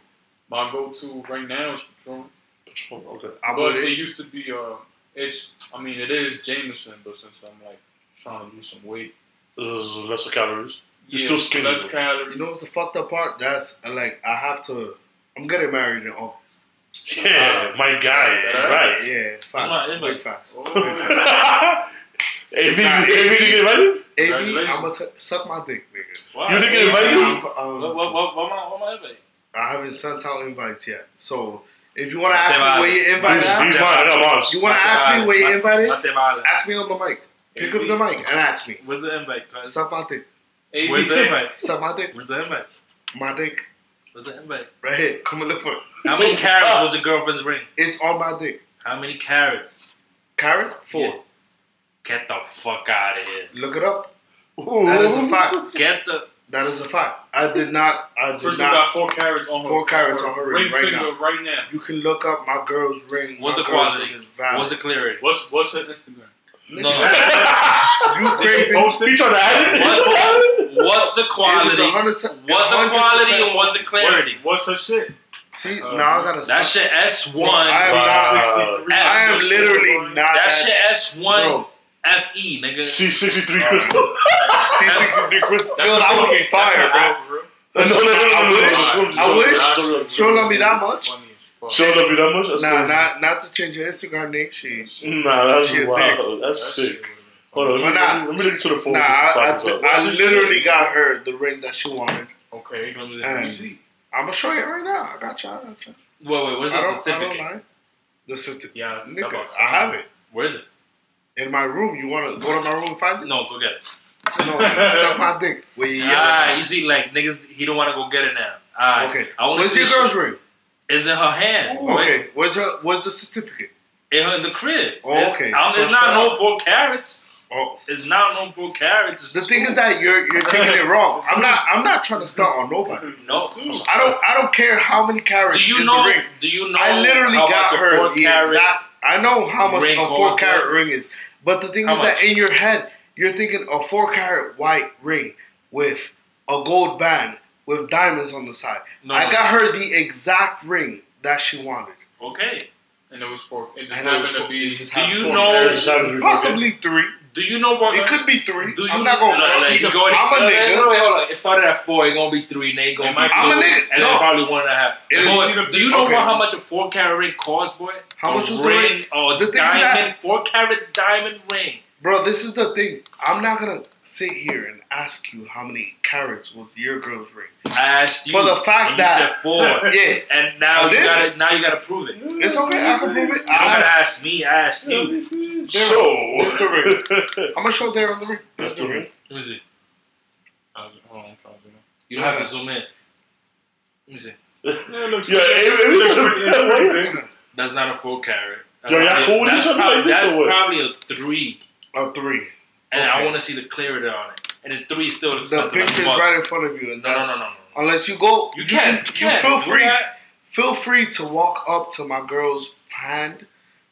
Speaker 3: My go-to right now is Patron.
Speaker 2: Patron, Okay.
Speaker 1: I
Speaker 3: But
Speaker 1: would.
Speaker 3: it used to be, uh, it's, I mean, it is Jameson, but since I'm, like, trying to lose some weight.
Speaker 2: This is lesser calories. You're
Speaker 3: yeah,
Speaker 2: still skinny,
Speaker 3: Less
Speaker 2: though.
Speaker 1: You
Speaker 3: calories.
Speaker 1: know what's the fucked up part? That's like I have to. I'm getting married in August.
Speaker 2: Yeah, my guy.
Speaker 3: Yeah.
Speaker 2: Right.
Speaker 1: Yeah,
Speaker 4: I'm not
Speaker 1: fast,
Speaker 4: in
Speaker 1: big
Speaker 4: it.
Speaker 1: fast.
Speaker 3: Oh,
Speaker 2: AV, AV didn't get invited?
Speaker 1: AB,
Speaker 3: Congratulations.
Speaker 1: I'm gonna t- suck my dick, nigga.
Speaker 4: Why?
Speaker 2: You didn't get invited?
Speaker 1: I've, um,
Speaker 4: What, what, what, what, am I- what am I inviting?
Speaker 1: I haven't sent out invites yet. So if you wanna
Speaker 4: Not
Speaker 1: ask
Speaker 4: them
Speaker 1: me where
Speaker 4: either.
Speaker 1: your invite
Speaker 2: He's,
Speaker 1: is,
Speaker 2: he's mine. I got mine.
Speaker 1: you wanna
Speaker 4: Not
Speaker 1: ask
Speaker 4: them
Speaker 1: me where your
Speaker 4: either.
Speaker 1: invite
Speaker 4: Not
Speaker 1: is?
Speaker 4: them island.
Speaker 1: Ask me on the mic. Pick up the mic and ask me.
Speaker 4: Where's the invite, guys?
Speaker 1: Suck my dick.
Speaker 4: Where's the invite?
Speaker 1: Suck my dick.
Speaker 4: Where's the invite?
Speaker 1: My dick.
Speaker 4: Where's the invite?
Speaker 1: Right here. Come and look for it.
Speaker 4: How many carrots was the girlfriend's ring?
Speaker 1: It's on my dick.
Speaker 4: How many carrots?
Speaker 1: Carrot? Four.
Speaker 4: Yeah. Get the fuck out of here.
Speaker 1: Look it up.
Speaker 2: Ooh.
Speaker 1: That is a fact.
Speaker 4: Get the
Speaker 1: That is a fact. I did not. I did
Speaker 3: First, you
Speaker 1: not.
Speaker 3: got four carrots on her.
Speaker 1: Four carrots on her ring
Speaker 3: Ring
Speaker 1: right
Speaker 3: finger
Speaker 1: now.
Speaker 3: right now.
Speaker 1: You can look up my girl's ring.
Speaker 4: What's
Speaker 1: My
Speaker 4: the
Speaker 1: girl's
Speaker 4: quality?
Speaker 1: ring is valid.
Speaker 4: what's the clarity?
Speaker 3: What's what's her Instagram?
Speaker 4: No.
Speaker 1: You craving?
Speaker 2: He trying to Oh, add it?
Speaker 4: What's-
Speaker 2: He trying to add it?
Speaker 4: What's the
Speaker 1: It is a
Speaker 4: quality?
Speaker 1: hundred se-
Speaker 4: What's the
Speaker 1: 100%.
Speaker 4: quality and what's the clarity?
Speaker 3: What's, what's her shit?
Speaker 1: See,
Speaker 3: Uh,
Speaker 1: now I gotta.
Speaker 4: That shit S one.
Speaker 1: I am
Speaker 2: Wow.
Speaker 3: Sixty-three.
Speaker 1: I am literally not
Speaker 4: That
Speaker 1: that
Speaker 4: shit S one
Speaker 1: Bro,
Speaker 4: F E nigga.
Speaker 2: C63 Crystal.
Speaker 1: C63 Crystal.
Speaker 3: That's
Speaker 1: Still,
Speaker 3: a-
Speaker 1: I would get
Speaker 3: that's her
Speaker 1: fired, bro.
Speaker 3: app, for real.
Speaker 2: No, no, no, no, no, no.
Speaker 1: I wish-
Speaker 3: wish.
Speaker 1: she don't love me that much.
Speaker 3: Funny as fuck.
Speaker 2: Showing up you that much? That's
Speaker 1: Nah,
Speaker 2: crazy.
Speaker 1: not, not to change your Instagram name. She,
Speaker 2: Nah, that's
Speaker 1: Shit,
Speaker 2: wow. That's
Speaker 3: That
Speaker 2: sick.
Speaker 3: shit
Speaker 2: Hold on, let me,
Speaker 1: Why not?
Speaker 2: let me look into the phone.
Speaker 1: nah,
Speaker 2: just to
Speaker 1: I,
Speaker 2: talk
Speaker 1: I,
Speaker 2: about it.
Speaker 1: I
Speaker 3: What's the
Speaker 1: literally
Speaker 3: shit?
Speaker 1: got her the ring that she wanted.
Speaker 3: was- Okay.
Speaker 1: And
Speaker 4: Wait,
Speaker 1: I'm gonna show you right now. I got you. I got you.
Speaker 4: wait, where's
Speaker 1: I
Speaker 4: the
Speaker 1: don't- I don't
Speaker 4: certificate?
Speaker 1: mind. The certificate.
Speaker 3: Yeah,
Speaker 1: Nigga, I have it
Speaker 4: Where is it?
Speaker 1: in my room. You wanna go to my room and find it?
Speaker 4: No, go get it.
Speaker 1: No, suck my dick. Well,
Speaker 4: Ah,
Speaker 1: yeah.
Speaker 4: you see, like niggas, he don't want to go get it now. Ah,
Speaker 1: Okay.
Speaker 4: I want to
Speaker 1: Where's
Speaker 4: see.
Speaker 1: your
Speaker 4: Girl?
Speaker 1: girl's ring?
Speaker 4: It's in her hand.
Speaker 1: Okay. Where's her? Where's the certificate?
Speaker 4: In her in the crib.
Speaker 1: Oh,
Speaker 4: It-
Speaker 1: okay.
Speaker 4: I don't-
Speaker 1: So
Speaker 4: it's not
Speaker 1: shut
Speaker 4: no four carats.
Speaker 1: Oh,
Speaker 4: It's not no four carats.
Speaker 1: the thing is that you're you're taking it wrong. I'm not. I'm not trying to start on nobody.
Speaker 4: no.
Speaker 1: I don't. I don't care how many carats.
Speaker 4: Do you
Speaker 1: is
Speaker 4: know?
Speaker 1: The ring.
Speaker 4: Do you know?
Speaker 1: I literally
Speaker 4: how
Speaker 1: got
Speaker 4: much a
Speaker 1: her
Speaker 4: four
Speaker 1: the
Speaker 4: carat-
Speaker 1: exact. I know how much
Speaker 4: ring
Speaker 1: a
Speaker 4: costs,
Speaker 1: four carat
Speaker 4: right?
Speaker 1: ring is, but the thing
Speaker 4: How
Speaker 1: is that
Speaker 4: much?
Speaker 1: in your head you're thinking a four carat white ring with a gold band with diamonds on the side.
Speaker 4: No,
Speaker 1: I
Speaker 4: no.
Speaker 1: got her the exact ring that she wanted.
Speaker 4: Okay.
Speaker 3: And it was four. It just
Speaker 1: And it was
Speaker 3: happened to
Speaker 1: four-
Speaker 3: be.
Speaker 1: it just
Speaker 4: Do
Speaker 1: happened
Speaker 4: you
Speaker 1: four
Speaker 4: know-
Speaker 1: carats.
Speaker 2: Yeah, just having to be fucking-
Speaker 1: Possibly three.
Speaker 4: Do you know what?
Speaker 1: It could be three.
Speaker 4: do you
Speaker 1: I'm not gonna.
Speaker 4: no,
Speaker 1: lie.
Speaker 4: like, you go,
Speaker 1: I'm a
Speaker 4: no,
Speaker 1: nigga.
Speaker 4: No, no, wait, hold on. It started at four. It's gonna be three. Then it's gonna
Speaker 3: It
Speaker 4: be
Speaker 3: might
Speaker 4: two.
Speaker 3: be-
Speaker 1: I'm a nigga.
Speaker 4: And
Speaker 1: No.
Speaker 4: then probably one and a half.
Speaker 1: It
Speaker 4: Boy,
Speaker 1: is-
Speaker 4: do you know
Speaker 1: okay.
Speaker 4: what, how much a four carat ring costs, boy?
Speaker 1: How
Speaker 4: a
Speaker 1: much was the
Speaker 4: ring? Or
Speaker 1: The thing is that-
Speaker 4: diamond, four carat diamond ring.
Speaker 1: Bro, this is the thing. I'm not gonna sit here and ask you how many carats was your girl's ring.
Speaker 4: I asked you
Speaker 1: For the fact
Speaker 4: and
Speaker 1: that-
Speaker 4: you said four,
Speaker 1: Yeah,
Speaker 4: and now
Speaker 1: I
Speaker 4: you
Speaker 1: did.
Speaker 4: gotta now you gotta prove it. You
Speaker 1: it's okay. I can prove it.
Speaker 4: don't gotta
Speaker 1: I,
Speaker 4: ask me. I asked you.
Speaker 1: There's the
Speaker 2: So.
Speaker 1: I'm gonna show Darren the ring.
Speaker 2: That's the ring.
Speaker 4: Let me see.
Speaker 3: I was- Hold on, I'm trying to do
Speaker 4: You don't have to
Speaker 1: Yeah.
Speaker 4: zoom in. Let me see.
Speaker 3: that. Yeah, it looks
Speaker 2: Yeah, it- it looks pretty- it's pretty
Speaker 3: big.
Speaker 4: That's not a four carat. That's
Speaker 2: Yo, y'all
Speaker 4: probably-
Speaker 2: cool with
Speaker 4: that's
Speaker 2: each other
Speaker 4: prob-
Speaker 2: like this
Speaker 4: that's
Speaker 2: or what?
Speaker 4: probably a three.
Speaker 1: A three.
Speaker 4: and
Speaker 1: Okay.
Speaker 4: I want to see the clarity on it. And the three is still
Speaker 1: The
Speaker 4: expensive.
Speaker 1: picture's
Speaker 4: like, fuck.
Speaker 1: right in front of you, and
Speaker 4: No, no,
Speaker 1: that's
Speaker 4: no, no, no.
Speaker 1: unless you go.
Speaker 4: You can't. You
Speaker 1: You
Speaker 4: can't.
Speaker 1: feel
Speaker 4: do
Speaker 1: free.
Speaker 4: that.
Speaker 1: Feel free to walk up to my girl's hand.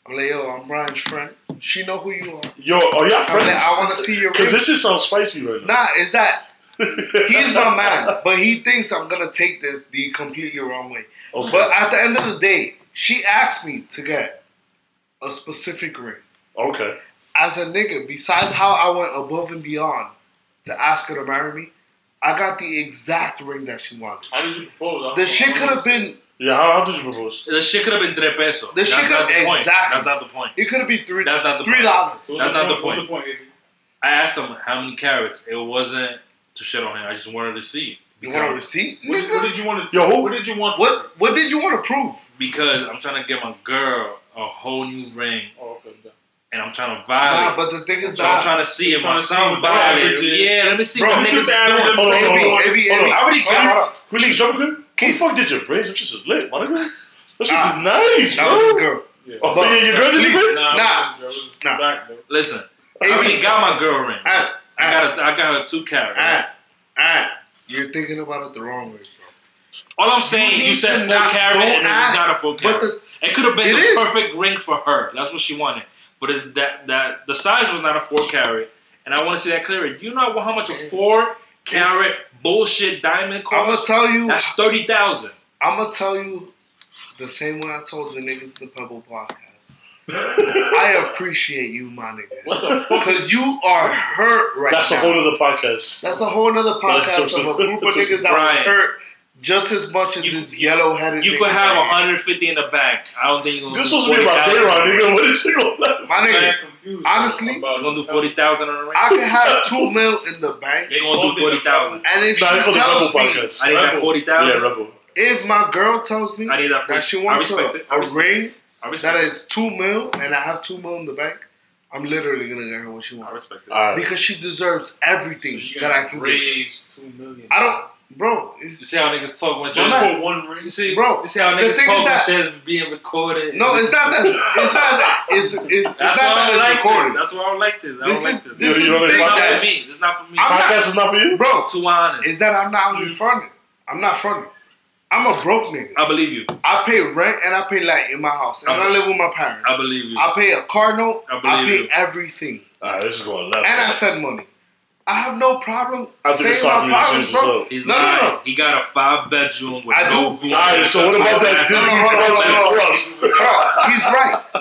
Speaker 1: I'm like, yo, I'm Brian's friend. She know who you are.
Speaker 2: Yo, are y'all
Speaker 1: I'm like,
Speaker 2: friends?
Speaker 1: I want to see your
Speaker 2: Because
Speaker 1: ring.
Speaker 2: this shit sounds spicy right now.
Speaker 1: Nah, is that he's
Speaker 2: He's
Speaker 1: my man, but he thinks I'm gonna take this the completely wrong way.
Speaker 2: Okay.
Speaker 1: But at the end of the day, she asked me to get a specific ring.
Speaker 2: okay.
Speaker 1: As a nigga, besides how I went above and beyond to ask her to marry me, I got the exact ring that she wanted.
Speaker 3: How did you propose? I don't-
Speaker 1: The
Speaker 3: I
Speaker 1: shit
Speaker 3: don't
Speaker 1: could have
Speaker 3: know.
Speaker 1: been
Speaker 2: Yeah, how, how did you propose?
Speaker 4: The shit could have been tres pesos.
Speaker 1: The
Speaker 4: That's
Speaker 1: shit
Speaker 4: not the
Speaker 1: could-
Speaker 4: point.
Speaker 1: exactly.
Speaker 4: That's not the point.
Speaker 1: it could have been three
Speaker 4: That's not the
Speaker 1: three
Speaker 4: point.
Speaker 1: dollars.
Speaker 3: So
Speaker 4: That's
Speaker 3: what's
Speaker 4: not the
Speaker 3: what's
Speaker 4: point.
Speaker 3: Izzy?
Speaker 4: I asked him how many carats. It wasn't to shit on him. I just wanted to see.
Speaker 1: You want a
Speaker 4: Because,
Speaker 1: receipt?
Speaker 3: What did, what
Speaker 1: nigga?
Speaker 3: did you want to?
Speaker 2: Yo, who-
Speaker 3: What did you want? To,
Speaker 1: What what did you want to prove?
Speaker 4: because I'm trying to get my girl a whole new ring
Speaker 3: Oh, okay. done.
Speaker 4: and I'm trying to
Speaker 1: Nah,
Speaker 4: violate.
Speaker 1: but the thing is
Speaker 4: so I'm
Speaker 1: that
Speaker 4: trying to see if my
Speaker 3: Trying to see
Speaker 4: son
Speaker 3: what the
Speaker 4: violated.
Speaker 3: average is.
Speaker 4: Yeah, let me see
Speaker 1: Bro,
Speaker 4: what
Speaker 1: this
Speaker 4: niggas
Speaker 1: is
Speaker 4: is
Speaker 3: the average
Speaker 4: doing.
Speaker 2: Hold on, hold on,
Speaker 1: Every-
Speaker 2: hold on.
Speaker 1: every-
Speaker 2: Hold on.
Speaker 1: every-
Speaker 4: I already
Speaker 1: Hold
Speaker 4: got
Speaker 1: on,
Speaker 4: it.
Speaker 1: hold on.
Speaker 2: Quickly, jump in. Who the fuck did your braids? Which is lit, my nigga. That shit is nice,
Speaker 1: Ah, That was his
Speaker 2: bro.
Speaker 1: girl.
Speaker 3: Yeah.
Speaker 2: Oh, yeah, your girl did the grits?
Speaker 3: Nah,
Speaker 1: Nah.
Speaker 3: it was- it was
Speaker 1: Nah.
Speaker 3: back, though.
Speaker 4: Listen, I
Speaker 1: Amy,
Speaker 4: already got my girl ring. I,
Speaker 1: ah, ah,
Speaker 4: got a, I got her two carat. right?
Speaker 1: ah, ah. You're thinking about it the wrong way, bro.
Speaker 4: All I'm saying, you,
Speaker 1: need
Speaker 4: said
Speaker 1: to
Speaker 4: full
Speaker 1: not-
Speaker 4: carat,
Speaker 1: don't
Speaker 4: and it was
Speaker 1: ask,
Speaker 4: not a full
Speaker 1: But
Speaker 4: carat.
Speaker 1: the,
Speaker 4: It could have been
Speaker 1: It
Speaker 4: the
Speaker 1: is.
Speaker 4: perfect ring for her. That's what she wanted. But it's that that the size was not a four carat, and I want to see that clearly. Do you know how much a four carat bullshit diamond
Speaker 1: I'm gonna
Speaker 4: costs?
Speaker 1: tell you,
Speaker 4: That's thirty thousand.
Speaker 1: I'm gonna tell you the same way I told the niggas in the Pebble podcast. I appreciate you, my nigga,
Speaker 2: What the fuck?
Speaker 1: because you are hurt right
Speaker 2: That's a
Speaker 1: now.
Speaker 2: whole other podcast.
Speaker 1: That's a whole nother
Speaker 2: That's
Speaker 1: podcast
Speaker 2: so-
Speaker 1: of a group of
Speaker 2: so-
Speaker 1: niggas that
Speaker 4: Right.
Speaker 1: was hurt just as much as
Speaker 4: You-
Speaker 1: this yellow headed.
Speaker 4: You could have one hundred fifty in the bank. I don't think you're gonna.
Speaker 2: This
Speaker 4: do
Speaker 2: was me about
Speaker 4: $40,000.
Speaker 2: Dayron, nigga. What is she gonna
Speaker 1: My
Speaker 3: I'm
Speaker 1: nigga,
Speaker 3: confused.
Speaker 1: honestly,
Speaker 3: about
Speaker 4: You're gonna do forty thousand on the ring.
Speaker 1: I could have two mil in the bank,
Speaker 4: You're gonna do forty thousand.
Speaker 1: and if
Speaker 2: Nah,
Speaker 1: she
Speaker 2: it's called
Speaker 1: tells
Speaker 2: the Rebel
Speaker 1: me,
Speaker 2: podcast.
Speaker 4: I need that
Speaker 2: Rebel.
Speaker 4: forty
Speaker 2: Yeah,
Speaker 4: thousand.
Speaker 2: Rebel.
Speaker 1: if my girl tells me
Speaker 4: I need that.
Speaker 1: that she
Speaker 4: I
Speaker 1: wants
Speaker 4: respect
Speaker 1: a,
Speaker 4: it. I
Speaker 1: a
Speaker 4: respect
Speaker 1: ring
Speaker 4: I
Speaker 1: that
Speaker 4: respect it.
Speaker 1: is two mil, and I have two mil in the bank, I'm literally gonna get her what she
Speaker 4: I
Speaker 1: wants
Speaker 4: respect it.
Speaker 2: All right.
Speaker 1: because she deserves everything
Speaker 3: you're
Speaker 1: that
Speaker 3: gonna
Speaker 1: I can give.
Speaker 3: raise two million.
Speaker 1: I don't, bro.
Speaker 4: You
Speaker 1: It's
Speaker 4: see how niggas talk when
Speaker 3: just
Speaker 4: shit's
Speaker 3: for one ring.
Speaker 4: You see,
Speaker 1: Bro,
Speaker 4: You see how
Speaker 1: the
Speaker 4: niggas
Speaker 1: thing
Speaker 4: talk
Speaker 1: is
Speaker 4: when
Speaker 1: that-
Speaker 4: shit's being recorded.
Speaker 1: no, it's not that. It's not that. It's it's, it's not
Speaker 4: That's why I
Speaker 1: that
Speaker 4: don't
Speaker 1: it's
Speaker 4: like this.
Speaker 1: recorded.
Speaker 4: That's why I don't like this.
Speaker 1: This
Speaker 4: I don't
Speaker 1: is
Speaker 4: like this.
Speaker 1: this
Speaker 2: You
Speaker 1: is
Speaker 2: don't
Speaker 1: the
Speaker 2: like
Speaker 1: thing
Speaker 4: It's not
Speaker 2: that.
Speaker 4: for
Speaker 1: that,
Speaker 4: me. It's not for me.
Speaker 1: I'm not-
Speaker 2: Podcast is not for you?
Speaker 1: bro.
Speaker 4: too honest.
Speaker 1: Is that I'm not out here fronting. I'm not fronting. I'm a broke nigga.
Speaker 4: I believe you.
Speaker 1: I pay rent and I pay light in my house, and I live with my parents.
Speaker 4: I believe you.
Speaker 1: I pay a car note.
Speaker 4: I
Speaker 1: I,
Speaker 4: believe
Speaker 1: pay
Speaker 4: you.
Speaker 1: everything,
Speaker 2: All right, this is going left.
Speaker 1: and I send money. I have no problem
Speaker 2: I think it's
Speaker 1: saying
Speaker 2: time
Speaker 1: my
Speaker 2: for you to change
Speaker 1: problems,
Speaker 2: this
Speaker 1: bro.
Speaker 2: up.
Speaker 4: He's
Speaker 1: No, no,
Speaker 4: lying.
Speaker 1: no.
Speaker 4: He got a five bedroom with
Speaker 1: I
Speaker 4: no
Speaker 1: do.
Speaker 4: room.
Speaker 2: All right, so what about that
Speaker 1: No,
Speaker 2: Disney
Speaker 1: no, hold on,
Speaker 2: Plus
Speaker 1: hold on, hold on.
Speaker 2: Plus?
Speaker 1: Bro, he's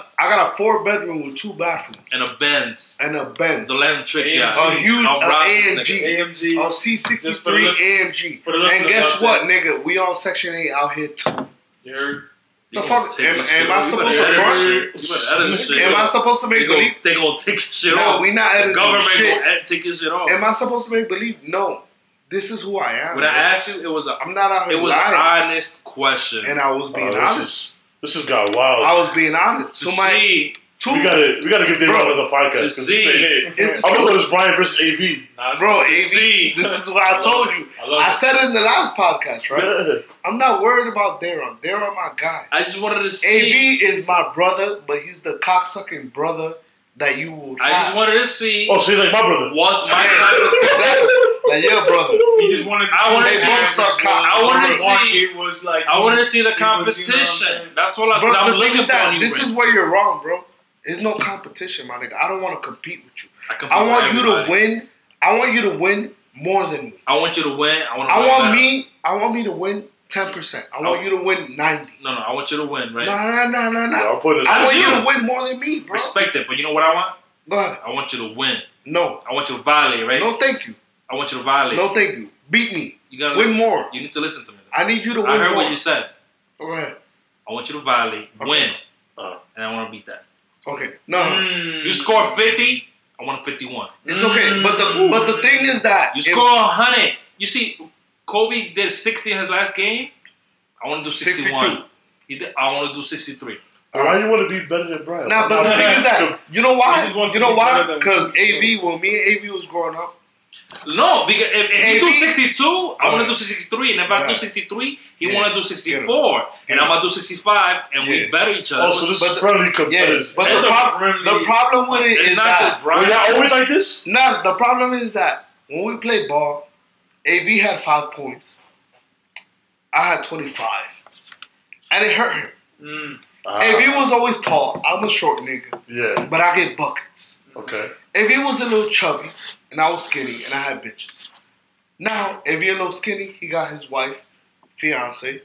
Speaker 1: right. I got a four bedroom with two bathrooms
Speaker 4: And a Benz.
Speaker 1: and a Benz,
Speaker 4: The lamb trick, yeah.
Speaker 1: a huge
Speaker 4: I'll rob this
Speaker 1: a
Speaker 4: nigga.
Speaker 1: AMG, a
Speaker 3: AMG. Just for the
Speaker 1: C63
Speaker 3: listen-
Speaker 1: AMG.
Speaker 3: for the
Speaker 1: And
Speaker 3: listeners
Speaker 1: guess
Speaker 3: out
Speaker 1: what, nigga? We on Section Eight out here too.
Speaker 3: You heard?
Speaker 4: You
Speaker 1: the
Speaker 4: gonna
Speaker 1: fuck-
Speaker 4: take
Speaker 1: am- am
Speaker 4: your shit
Speaker 1: I
Speaker 4: off. You
Speaker 1: supposed
Speaker 4: better
Speaker 1: to
Speaker 4: edit
Speaker 1: front?
Speaker 4: this shit. You better edit this shit.
Speaker 1: Am I supposed to
Speaker 4: they
Speaker 1: make
Speaker 4: gonna,
Speaker 1: believe?
Speaker 4: they gonna take your shit
Speaker 1: No,
Speaker 4: off.
Speaker 1: we not
Speaker 4: The
Speaker 1: editing
Speaker 4: government
Speaker 1: shit.
Speaker 4: gonna ed- take your shit off.
Speaker 1: Am I supposed to make believe? No. This is who I am.
Speaker 4: When I asked you, it was a
Speaker 1: am not out here
Speaker 4: it was an
Speaker 1: lying.
Speaker 4: honest question.
Speaker 1: and I was
Speaker 3: Oh,
Speaker 1: being
Speaker 2: Uh, This
Speaker 1: honest.
Speaker 2: is this has got wild.
Speaker 1: I was being honest.
Speaker 4: to
Speaker 1: To my
Speaker 4: see,
Speaker 1: to
Speaker 2: we gotta we gotta give Dayron
Speaker 1: Bro,
Speaker 2: another podcast.
Speaker 4: to
Speaker 2: 'cause this
Speaker 4: see.
Speaker 2: ain't it.
Speaker 1: it's the
Speaker 2: I'm gonna
Speaker 1: truth.
Speaker 2: go to this Brian versus AV.
Speaker 3: Nah, it's-
Speaker 1: Bro,
Speaker 4: to
Speaker 1: AB,
Speaker 4: see.
Speaker 1: this is what I told you.
Speaker 3: I love
Speaker 1: I
Speaker 3: it.
Speaker 1: said it in the last podcast, right?
Speaker 2: Yeah.
Speaker 1: I'm not worried about Daron. Daron, my guy.
Speaker 4: I just wanted to see.
Speaker 1: AB is my brother, but he's the cocksucking brother that you will.
Speaker 4: I
Speaker 1: have.
Speaker 4: just wanted to see
Speaker 2: Oh, so he's like my brother.
Speaker 4: was my
Speaker 1: Yeah.
Speaker 4: type of
Speaker 1: exactly. Like your brother.
Speaker 3: He just wanted. To
Speaker 4: I wanna
Speaker 3: see
Speaker 4: see-
Speaker 3: what it was.
Speaker 1: I
Speaker 4: wanna
Speaker 3: What
Speaker 4: see-
Speaker 3: It was like
Speaker 4: I want to see the
Speaker 3: It was, you know what I'm
Speaker 4: competition.
Speaker 3: saying?
Speaker 4: That's all I,
Speaker 1: Bro, the
Speaker 4: I'm
Speaker 1: thing
Speaker 4: looking
Speaker 1: is
Speaker 4: for.
Speaker 1: that
Speaker 4: in you,
Speaker 1: this
Speaker 4: Ray.
Speaker 1: is where you're wrong, bro. There's no competition, my nigga. I don't want to compete with you.
Speaker 4: I, compete
Speaker 1: I
Speaker 4: with
Speaker 1: want you to
Speaker 4: everybody.
Speaker 1: win. I want you to win more than me.
Speaker 4: I want you to win. I want. To
Speaker 1: I
Speaker 4: win
Speaker 1: want
Speaker 4: better.
Speaker 1: me. I want me to win ten percent. I want you to win ninety.
Speaker 4: No, no. I want you to win, right?
Speaker 1: No, no, no, no,
Speaker 2: Yeah,
Speaker 1: no.
Speaker 2: I'll put it.
Speaker 1: I
Speaker 4: That's
Speaker 1: want you
Speaker 4: you.
Speaker 1: to win more than me, bro.
Speaker 4: Respect it, but you know what I want?
Speaker 1: Go ahead.
Speaker 4: I want you to win.
Speaker 1: No,
Speaker 4: I want you to violate, right?
Speaker 1: no, thank you.
Speaker 4: I want you to violate.
Speaker 1: No, thank you. Beat me.
Speaker 4: You gotta
Speaker 1: Win
Speaker 4: listen.
Speaker 1: more.
Speaker 4: You need to listen to me.
Speaker 1: I need you to win
Speaker 4: I heard
Speaker 1: more.
Speaker 4: what you said.
Speaker 1: Go ahead.
Speaker 4: I want you to violate,
Speaker 1: Okay.
Speaker 4: win,
Speaker 2: Uh.
Speaker 4: and I want to beat that.
Speaker 1: Okay. No, no.
Speaker 3: Mm.
Speaker 4: You score fifty. I want fifty-one.
Speaker 1: it's okay. But the but the thing is that
Speaker 4: You
Speaker 1: if-
Speaker 4: score hundred. You see, Kobe did sixty in his last game. I want to do sixty-one.
Speaker 1: 62.
Speaker 4: He did, I want to do sixty-three.
Speaker 2: Why you want to be better than Brian?
Speaker 1: Nah, but the thing is that you know
Speaker 3: He
Speaker 1: why?
Speaker 3: just wants
Speaker 1: You
Speaker 3: to
Speaker 1: know
Speaker 3: be better
Speaker 1: why?
Speaker 3: than-
Speaker 1: Because AV, when me and AV was growing up,
Speaker 4: No, because if, if he
Speaker 1: Hey,
Speaker 4: do
Speaker 1: he-
Speaker 4: 62, I want to
Speaker 1: Alright.
Speaker 4: do 63. And if I do
Speaker 1: Alright.
Speaker 4: 63, he
Speaker 1: Yeah.
Speaker 4: want to do 64. And
Speaker 1: Yeah.
Speaker 4: I'm going to do 65, and we
Speaker 1: Yeah. Oh,
Speaker 4: better each other.
Speaker 2: also Oh, this
Speaker 1: but
Speaker 2: is
Speaker 1: the-
Speaker 2: friendly
Speaker 1: yeah.
Speaker 2: competitive.
Speaker 1: But
Speaker 4: It's
Speaker 1: the,
Speaker 4: a
Speaker 1: prob-
Speaker 3: friendly-
Speaker 1: the problem with it
Speaker 4: it's
Speaker 1: is
Speaker 4: not
Speaker 1: that
Speaker 4: just Brian.
Speaker 2: Were y'all always like this?
Speaker 1: No, the problem is that when we played ball, AB had five points. I had 25. And it hurt him.
Speaker 3: Mm.
Speaker 4: Uh-huh.
Speaker 2: Ah,
Speaker 1: AB was always tall. I'm a short nigga,
Speaker 2: Uh, yeah.
Speaker 1: but I get buckets.
Speaker 2: Okay.
Speaker 1: AB was a little chubby, and I was skinny, and I had bitches. Now, AB a little skinny, he got his wife, fiance.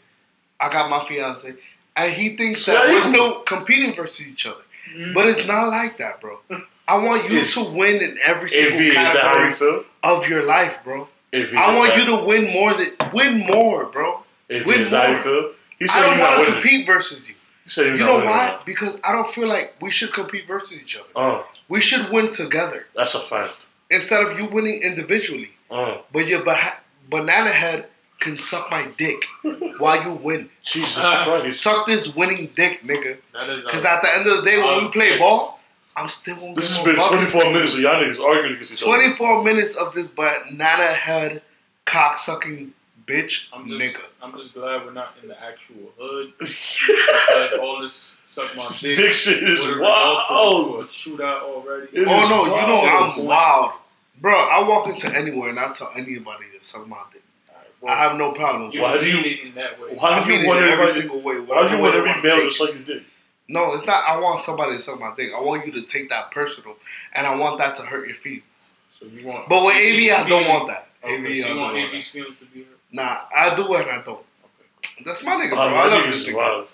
Speaker 1: I got my fiance. And he thinks that we're still competing versus each other.
Speaker 2: Mm-hmm.
Speaker 1: But it's not like that, bro. I want you
Speaker 2: Is-
Speaker 1: to win in every
Speaker 2: AV,
Speaker 1: single
Speaker 2: is that how
Speaker 1: category
Speaker 2: you feel?
Speaker 1: of your life, bro.
Speaker 2: AV,
Speaker 1: I want you to win more than win more, bro.
Speaker 2: AV,
Speaker 1: win
Speaker 2: is that how you
Speaker 1: more.
Speaker 2: feel? He
Speaker 1: I
Speaker 2: said you're
Speaker 1: don't
Speaker 2: not
Speaker 1: want to
Speaker 2: winning.
Speaker 1: compete versus you.
Speaker 2: He said you're
Speaker 1: You
Speaker 2: not
Speaker 1: know
Speaker 2: winning.
Speaker 1: why? Because I don't feel like we should compete versus each other.
Speaker 2: Oh,
Speaker 1: We should win together
Speaker 2: that's a fact.
Speaker 1: instead of you winning individually.
Speaker 2: Oh,
Speaker 1: But your bah- banana head can suck my dick while you win.
Speaker 2: Jesus
Speaker 1: Uh,
Speaker 3: Ah.
Speaker 2: Christ.
Speaker 1: Suck this winning dick, nigga.
Speaker 3: That is.
Speaker 1: Because at the end of the day, when
Speaker 3: Um,
Speaker 1: we play
Speaker 3: yes.
Speaker 1: ball, I'm still gonna
Speaker 2: This
Speaker 1: get
Speaker 2: has
Speaker 1: more
Speaker 2: been
Speaker 1: buckets
Speaker 2: 24
Speaker 1: than you.
Speaker 2: minutes of y'all niggas arguing against each other.
Speaker 1: 24 minutes of this banana head cocksucking bitch,
Speaker 3: I'm just,
Speaker 1: nigga.
Speaker 3: I'm just glad we're not in the actual hood because all this suck my dick.
Speaker 2: Dick shit is
Speaker 3: would've
Speaker 2: wild.
Speaker 3: resulted to a Shootout already.
Speaker 2: It
Speaker 1: Oh
Speaker 2: is
Speaker 1: no, you
Speaker 2: wild.
Speaker 1: know
Speaker 3: It's
Speaker 1: I'm
Speaker 3: wild.
Speaker 1: wild, bro. I walk into anywhere and I tell anybody to suck my dick. I have no problem. with
Speaker 3: You
Speaker 2: Why
Speaker 3: why
Speaker 2: do
Speaker 3: do
Speaker 2: you-
Speaker 3: it in that way?
Speaker 2: Why
Speaker 1: I
Speaker 2: do you
Speaker 1: mean
Speaker 2: want
Speaker 1: it every
Speaker 2: everybody?
Speaker 1: single way.
Speaker 2: Why do you want
Speaker 1: whatever
Speaker 2: every
Speaker 1: I
Speaker 2: male to
Speaker 1: take.
Speaker 2: suck your dick?
Speaker 1: No, it's not. I want somebody to suck my dick. I want you to take that personal, and I want that to hurt your feelings.
Speaker 3: So you want?
Speaker 1: But with
Speaker 3: AV's
Speaker 1: AV, I don't
Speaker 3: feelings-
Speaker 1: want that.
Speaker 3: Okay,
Speaker 1: AV, I
Speaker 3: so you
Speaker 1: don't
Speaker 3: want
Speaker 1: want
Speaker 3: AV's feelings to be hurt?
Speaker 1: that. Nah, I do and I don't. That's my nigga, bro.
Speaker 2: Oh,
Speaker 1: I
Speaker 2: that
Speaker 1: love
Speaker 2: nigga
Speaker 1: this
Speaker 2: is
Speaker 1: nigga.
Speaker 2: wild.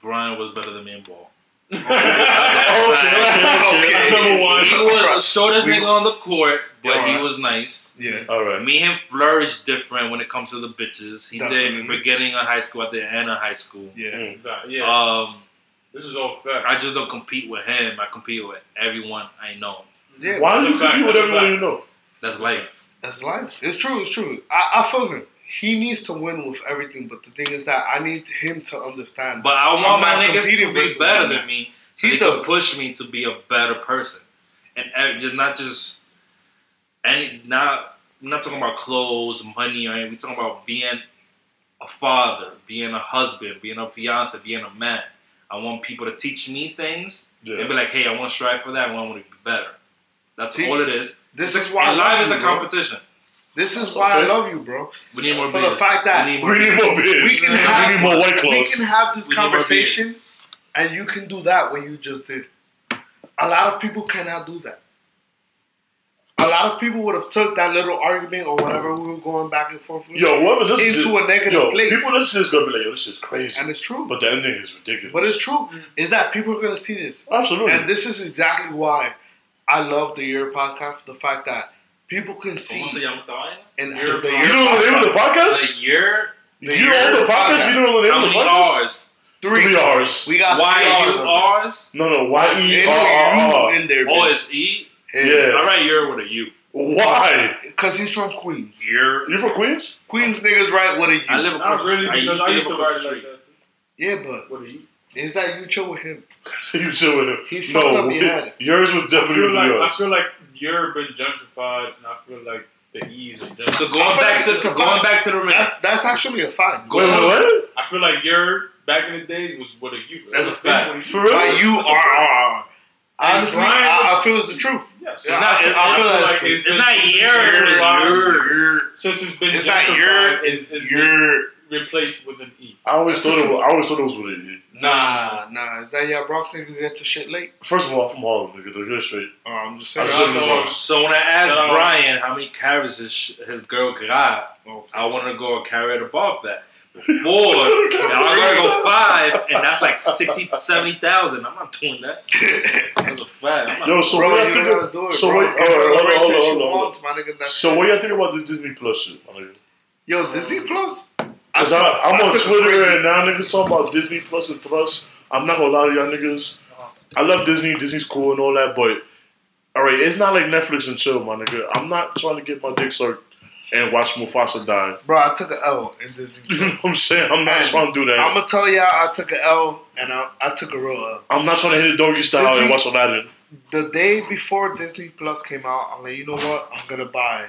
Speaker 4: Brian was better than me in ball.
Speaker 2: Okay, okay, okay. That's number
Speaker 4: He
Speaker 2: one.
Speaker 4: was the shortest
Speaker 1: We-
Speaker 4: nigga on the court, but
Speaker 1: Yeah,
Speaker 4: he
Speaker 1: alright.
Speaker 4: was nice.
Speaker 1: Yeah.
Speaker 2: All right.
Speaker 4: Me and him flourished different when it comes to the bitches. He did
Speaker 1: Definitely.
Speaker 4: beginning of high school at the end of high school.
Speaker 1: Yeah.
Speaker 2: Mm.
Speaker 3: That- Yeah,
Speaker 4: Um,
Speaker 3: Uh, this is all fact.
Speaker 4: I just don't compete with him. I compete with everyone I know.
Speaker 1: Yeah.
Speaker 2: Why do
Speaker 3: That's
Speaker 2: you
Speaker 3: a fact,
Speaker 2: compete with
Speaker 3: that's a
Speaker 2: everyone
Speaker 3: fact.
Speaker 2: you know?
Speaker 4: That's life.
Speaker 1: That's life. It's true. It's true. I, I feel him. He needs to win with everything, but the thing is that I need him to understand.
Speaker 4: But I
Speaker 1: I'm
Speaker 4: want my
Speaker 1: not
Speaker 4: niggas
Speaker 1: competing
Speaker 4: to be
Speaker 1: versus
Speaker 4: better
Speaker 1: my
Speaker 4: than
Speaker 1: niggas.
Speaker 4: me. So
Speaker 1: He
Speaker 4: they can
Speaker 1: does.
Speaker 4: push me to be a better person, and ev- just not just any not I'm not talking about clothes, money, or anything. We're talking about being a father, being a husband, being a fiance, being a man. I want people to teach me things and
Speaker 2: Yeah.
Speaker 4: be like, "Hey, I want to strive for that. I want to be better." That's
Speaker 1: See,
Speaker 4: all it is.
Speaker 1: this
Speaker 4: It's
Speaker 1: is
Speaker 4: a-
Speaker 1: why I
Speaker 4: and life
Speaker 1: love
Speaker 4: is
Speaker 1: you,
Speaker 4: a
Speaker 1: bro.
Speaker 4: competition.
Speaker 1: This is
Speaker 2: That's
Speaker 1: why
Speaker 2: okay.
Speaker 1: I love you, bro.
Speaker 4: We need more
Speaker 1: For the
Speaker 4: beers.
Speaker 1: fact that
Speaker 4: we need more
Speaker 2: We need
Speaker 4: beers.
Speaker 2: more beers.
Speaker 1: We can
Speaker 2: We
Speaker 1: have-
Speaker 2: need more white
Speaker 1: We
Speaker 2: claws.
Speaker 1: can have this
Speaker 4: We need more
Speaker 1: conversation,
Speaker 4: beers.
Speaker 1: and you can do that what you just did. A lot of people cannot do that. A lot of people would have took that little argument or whatever we were going back and forth with,
Speaker 2: Yo, whoever this is,
Speaker 1: into a negative
Speaker 2: yo,
Speaker 1: place.
Speaker 2: people listen to this gonna be like, yo, this is crazy.
Speaker 1: and it's true.
Speaker 2: But the ending is ridiculous.
Speaker 1: But it's true
Speaker 4: Mm.
Speaker 1: is that people are gonna see this,
Speaker 2: absolutely.
Speaker 1: and this is exactly why I love the Year podcast. The fact that people can see
Speaker 4: ¿Cómo se llama esta vaina?
Speaker 1: and
Speaker 3: Year
Speaker 1: the
Speaker 2: you
Speaker 1: Year
Speaker 2: don't know the name of the podcast?
Speaker 4: Like, you're
Speaker 1: the
Speaker 2: you
Speaker 1: Year
Speaker 2: don't know the podcast?
Speaker 1: podcast.
Speaker 2: You don't know the
Speaker 4: how
Speaker 2: name of
Speaker 4: many
Speaker 2: the podcast?
Speaker 4: R's?
Speaker 1: three.
Speaker 2: Three R's.
Speaker 1: We got
Speaker 4: Why
Speaker 1: three
Speaker 4: you
Speaker 1: R's.
Speaker 4: R's?
Speaker 2: No, no, Y
Speaker 1: They
Speaker 2: E
Speaker 1: know
Speaker 2: R R
Speaker 1: you
Speaker 2: R.
Speaker 1: in there,
Speaker 4: O
Speaker 1: man.
Speaker 4: is E.
Speaker 1: And-
Speaker 2: Yeah.
Speaker 4: I write your with a U.
Speaker 2: Why?
Speaker 1: Cause he's from Queens.
Speaker 4: Your.
Speaker 2: You from Queens?
Speaker 1: Queens niggas right with a U.
Speaker 4: I live across
Speaker 3: Not
Speaker 4: the
Speaker 3: really
Speaker 4: street.
Speaker 3: because I used to
Speaker 4: live
Speaker 3: ride
Speaker 4: across
Speaker 3: it
Speaker 4: the
Speaker 3: like
Speaker 4: street.
Speaker 3: that.
Speaker 1: yeah, but
Speaker 3: What are you?
Speaker 1: is that you chill with him?
Speaker 2: So you chill with him.
Speaker 1: He fucked
Speaker 2: No,
Speaker 1: up your head.
Speaker 2: yours was
Speaker 3: I
Speaker 2: definitely
Speaker 3: feel
Speaker 2: with
Speaker 3: like I
Speaker 2: yours.
Speaker 3: feel like you're been gentrified, and I feel like the E is a
Speaker 4: So
Speaker 3: gentrified.
Speaker 1: I
Speaker 4: going
Speaker 1: feel
Speaker 4: back
Speaker 1: like
Speaker 4: to
Speaker 1: it's a
Speaker 4: going
Speaker 1: vibe.
Speaker 4: back to the ring.
Speaker 1: That, that's actually a fact.
Speaker 4: Go-
Speaker 2: Wait, wait, what?
Speaker 3: I feel like you're back in the days was with a U.
Speaker 4: That's
Speaker 3: It was
Speaker 4: a
Speaker 3: thing
Speaker 4: fact.
Speaker 3: with a U.
Speaker 2: For real?
Speaker 1: By you
Speaker 3: That's a
Speaker 1: are
Speaker 3: fact.
Speaker 1: are. Honestly,
Speaker 3: And Brian
Speaker 1: I, I
Speaker 3: was-
Speaker 1: feel it's the truth.
Speaker 3: Yes.
Speaker 1: Yeah,
Speaker 4: It's not-
Speaker 1: I feel, I
Speaker 4: it-
Speaker 1: feel
Speaker 4: I feel
Speaker 1: that's
Speaker 3: like
Speaker 1: true.
Speaker 4: It's not your.
Speaker 3: It's
Speaker 4: It's your.
Speaker 3: Since it's been
Speaker 1: It's not
Speaker 3: gentrified,
Speaker 1: your.
Speaker 3: it's,
Speaker 1: It's
Speaker 3: it's
Speaker 1: your.
Speaker 3: been replaced with an E.
Speaker 2: E I always
Speaker 1: That's
Speaker 2: thought
Speaker 1: the
Speaker 2: it
Speaker 1: truth.
Speaker 2: was, I always thought it was with it.
Speaker 1: Nah, nah. Is that y'all Bronx niggas get to shit late?
Speaker 2: First of all, I'm from Harlem, nigga. They're straight.
Speaker 1: Oh, I'm just
Speaker 2: I
Speaker 1: saying.
Speaker 2: just
Speaker 3: Nah,
Speaker 2: live in the
Speaker 3: so-
Speaker 2: Bronx.
Speaker 4: So when I asked
Speaker 3: No.
Speaker 4: Brian how many carries his sh- his girl got,
Speaker 1: Oh.
Speaker 4: I wanted to go a carrot above that. Four. and I'm gonna go five, and that's like 60, 70,000. I'm not doing that. That's a fact. I'm not
Speaker 2: Yo, so
Speaker 1: bro,
Speaker 2: what
Speaker 1: you
Speaker 2: I
Speaker 1: don't
Speaker 2: think
Speaker 1: gotta do
Speaker 2: of,
Speaker 1: it.
Speaker 2: so
Speaker 1: bro.
Speaker 2: what?
Speaker 1: Get
Speaker 2: all right,
Speaker 1: whatever
Speaker 2: hold on, hold on,
Speaker 1: attention
Speaker 2: hold
Speaker 1: you
Speaker 2: on, hold
Speaker 1: want, my nigga.
Speaker 2: on.
Speaker 1: That's
Speaker 2: So what y'all think about this Disney Plus shit? my nigga?
Speaker 1: Yo, Disney Plus.
Speaker 2: Cause I,
Speaker 1: took-
Speaker 2: I'm
Speaker 1: I
Speaker 2: on
Speaker 1: took a
Speaker 2: Twitter
Speaker 1: crazy-
Speaker 2: and now niggas talking about Disney Plus and Thrust. I'm not gonna lie to y'all niggas.
Speaker 1: Uh-huh.
Speaker 2: I love Disney. Disney's cool and all that, but all right, it's not like Netflix and chill, my nigga. I'm not trying to get my dick sucked and watch Mufasa die.
Speaker 1: Bro, I took an L in Disney
Speaker 2: You know
Speaker 1: Plus.
Speaker 2: what I'm saying? I'm not
Speaker 1: Hey,
Speaker 2: trying to do
Speaker 1: I'm
Speaker 2: that.
Speaker 1: gonna tell y'all I took an L and I, I took a real L.
Speaker 2: I'm not trying to hit a doggy style and
Speaker 1: Disney-
Speaker 2: watch Aladdin.
Speaker 1: The day before Disney Plus came out, I'm like, you know what? I'm gonna buy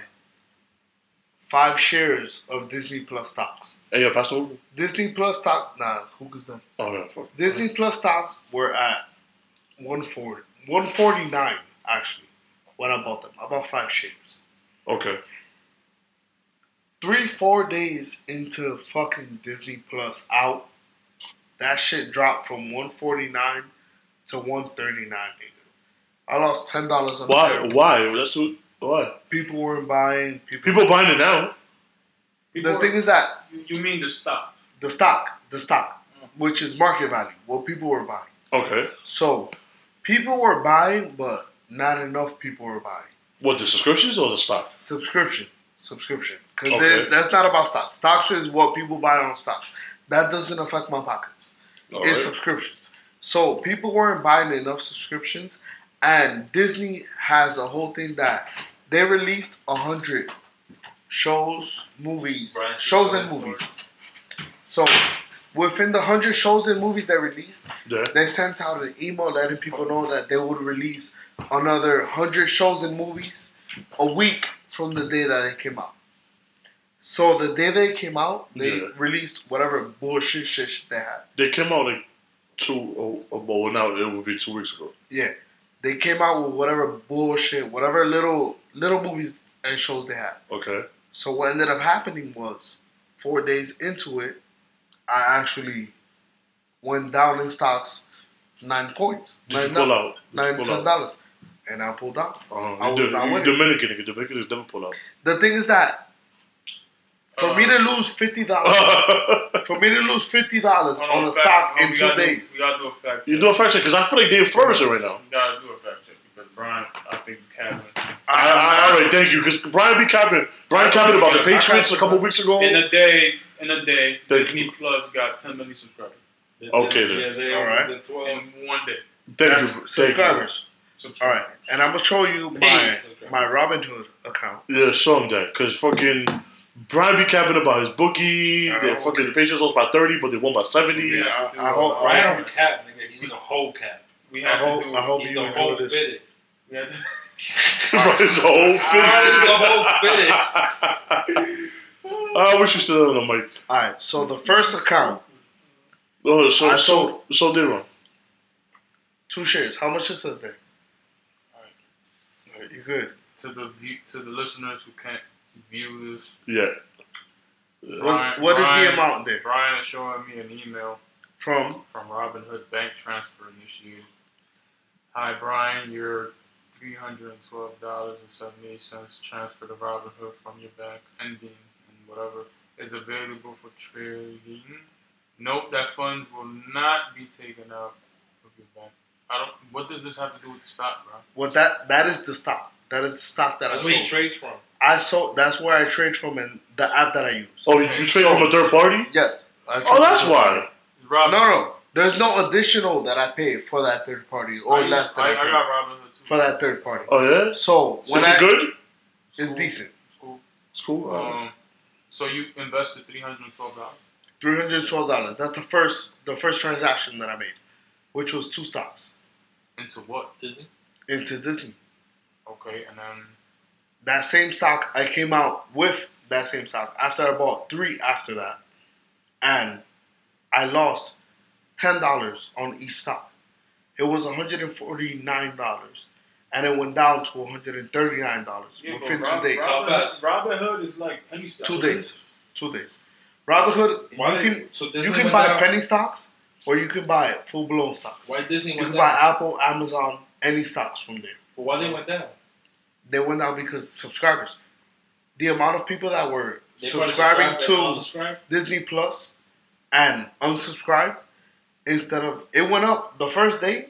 Speaker 1: five shares of Disney Plus stocks.
Speaker 2: Hey, yo, Pastor. Hoover?
Speaker 1: Disney Plus stock, nah, who is that?
Speaker 2: Oh yeah, fuck.
Speaker 1: Disney Plus stocks were at 140, 149 actually when I bought them. I bought five shares.
Speaker 2: Okay.
Speaker 1: Three, four days into fucking Disney Plus out, that shit dropped from 149 to 139. nigga. I lost ten dollars on the
Speaker 2: Why?
Speaker 1: share.
Speaker 2: Why? That's what. Why?
Speaker 1: People weren't buying. People.
Speaker 2: People buying it now.
Speaker 3: People
Speaker 1: The
Speaker 3: are-
Speaker 1: thing is that
Speaker 3: you, you mean the stock?
Speaker 1: the stock, the stock, which is market value, what people were buying.
Speaker 2: Okay.
Speaker 1: So, people were buying, but not enough people were buying.
Speaker 2: What the subscriptions or the stock?
Speaker 1: Subscription, subscription, because
Speaker 2: Okay.
Speaker 1: that's not about stocks. Stocks is what people buy on stocks. That doesn't affect my pockets.
Speaker 2: All
Speaker 1: it's
Speaker 2: right.
Speaker 1: subscriptions. So people weren't buying enough subscriptions, and Disney has a whole thing that they released a hundred shows, movies,
Speaker 4: Brian,
Speaker 1: shows and
Speaker 4: Brian's
Speaker 1: movies. So within the hundred shows and movies they released,
Speaker 2: Yeah.
Speaker 1: they sent out an email letting people know that they would release another hundred shows and movies a week from the day that they came out. So the day they came out, they
Speaker 2: Yeah.
Speaker 1: released whatever bullshit shit shit they had.
Speaker 2: They came out like two, oh, well, now it would be two weeks ago.
Speaker 1: They came out with whatever bullshit, whatever little little movies and shows they had.
Speaker 2: Okay.
Speaker 1: So what ended up happening was four days into it, I actually went down in stocks nine points.
Speaker 2: Did you
Speaker 1: nine,
Speaker 2: pull out? Did
Speaker 1: nine
Speaker 2: you
Speaker 1: ten
Speaker 2: pull out?
Speaker 1: dollars. And I pulled out.
Speaker 2: Uh,
Speaker 1: I
Speaker 2: you
Speaker 1: was
Speaker 2: did-
Speaker 1: not
Speaker 2: you
Speaker 1: winning.
Speaker 2: Dominican nigga. Dominicans never pull out.
Speaker 1: The thing is that for
Speaker 3: Uh,
Speaker 1: me to lose fifty dollars
Speaker 2: you
Speaker 1: for me to lose fifty dollars
Speaker 3: Hold
Speaker 1: on
Speaker 3: on,
Speaker 1: a
Speaker 3: fact-
Speaker 1: stock
Speaker 3: no,
Speaker 1: in
Speaker 3: we
Speaker 1: two
Speaker 3: gotta do-
Speaker 1: days.
Speaker 3: we gotta do a fact check.
Speaker 2: do a fact check because I feel like they're flourishing right now.
Speaker 3: We gotta do a fact check because Brian, I think, is having
Speaker 2: I, I, all right, thank you. Because Brian B. Capping, Brian Capping about the
Speaker 1: I- I-
Speaker 2: Patriots a couple weeks ago.
Speaker 3: in a day, in a day,
Speaker 2: Thank
Speaker 3: Disney Plus got 10 million subscribers
Speaker 2: Okay, then.
Speaker 4: Yeah, they
Speaker 1: All right.
Speaker 4: The twelve.
Speaker 3: in one day.
Speaker 2: Thank you.
Speaker 1: That's
Speaker 2: Thank you.
Speaker 1: subscribers. All
Speaker 3: Subscribers.
Speaker 1: right, and I'm gonna show you my
Speaker 4: Paying subscribers.
Speaker 1: my Robinhood account.
Speaker 2: Yeah, show him that. Because fucking Brian B. Capping about his bookie.
Speaker 1: I
Speaker 2: They
Speaker 1: don't-
Speaker 2: fucking the Patriots lost by thirty, but they won by seventy.
Speaker 1: Yeah, I, I hope. I
Speaker 4: Brian
Speaker 1: hope-
Speaker 4: on cap, nigga. He's a whole cap.
Speaker 3: We
Speaker 1: I
Speaker 3: have
Speaker 1: hope,
Speaker 3: to do.
Speaker 1: I hope
Speaker 4: He's
Speaker 1: you
Speaker 4: the whole
Speaker 1: enjoy this.
Speaker 4: fitted.
Speaker 3: we have to,
Speaker 2: his whole
Speaker 4: Brian is the whole
Speaker 2: finish.
Speaker 4: fitted.
Speaker 2: I wish you said that on the mic.
Speaker 1: All right. So the first account,
Speaker 2: Oh, so
Speaker 1: I
Speaker 2: so so they wrong.
Speaker 1: two shares. How much is this there? All
Speaker 3: Alright.
Speaker 1: right, you good?
Speaker 3: to the view, to the listeners who can't view this,
Speaker 2: Yeah.
Speaker 1: What's,
Speaker 3: Brian-
Speaker 1: what is the
Speaker 3: Brian-
Speaker 1: amount there
Speaker 3: Brian is showing me an email
Speaker 1: from?
Speaker 3: from Robin Hood Bank Transfer initiated. Hi Brian, your three hundred and twelve dollars and seventy eight cents transfer to Robin Hood from your bank ending and whatever is available for trading. Note that funds will not be taken out of your bank. I don't what does this have to do with the stock, bro?
Speaker 1: Well, that that is the stock. That is the stock that I
Speaker 4: That's where he
Speaker 1: sold.
Speaker 4: trades from.
Speaker 1: I sold. That's where I trade from, and the app that I use.
Speaker 2: Oh, you, you trade from a third party?
Speaker 1: Yes.
Speaker 2: Oh,
Speaker 1: I trade
Speaker 2: that's
Speaker 1: from-
Speaker 2: why.
Speaker 1: No,
Speaker 3: Robin
Speaker 1: no. There's no additional that I pay for that third party or
Speaker 3: I,
Speaker 1: less than I,
Speaker 3: I, I
Speaker 1: pay
Speaker 3: got Robin Hood too.
Speaker 1: for that third party.
Speaker 2: Oh yeah.
Speaker 1: So
Speaker 2: Is
Speaker 1: when
Speaker 2: it
Speaker 1: I
Speaker 2: good?
Speaker 1: it's decent.
Speaker 3: It's cool.
Speaker 2: It's cool. Uh,
Speaker 3: Um, so you invested three hundred and twelve dollars.
Speaker 1: Three hundred twelve dollars. That's the first the first transaction that I made, which was two stocks
Speaker 3: Into what?
Speaker 4: Disney.
Speaker 1: into Disney.
Speaker 3: Okay, and then
Speaker 1: That same stock I came out with that same stock after I bought three after that, and I lost ten dollars on each stock. It was one hundred and forty nine dollars, and it went down to one hundred and thirty nine dollars within two days.
Speaker 4: Rob- How fast?
Speaker 3: Robin Hood is like penny stock.
Speaker 1: two days. Two days. Robinhood,
Speaker 4: Why?
Speaker 1: you can
Speaker 4: so
Speaker 1: you
Speaker 4: Disney
Speaker 1: can
Speaker 4: went
Speaker 1: buy
Speaker 4: down-
Speaker 1: penny stocks or you can buy full blown stocks.
Speaker 4: Why Disney
Speaker 1: You
Speaker 4: went
Speaker 1: can
Speaker 4: down?
Speaker 1: buy Apple, Amazon, any stocks from there.
Speaker 4: But why they went down?
Speaker 1: They went down because subscribers. The amount of people that were
Speaker 4: They probably
Speaker 1: subscribing
Speaker 4: subscribed,
Speaker 1: to
Speaker 4: unsubscribed.
Speaker 1: Disney Plus and unsubscribed instead of it went up the first day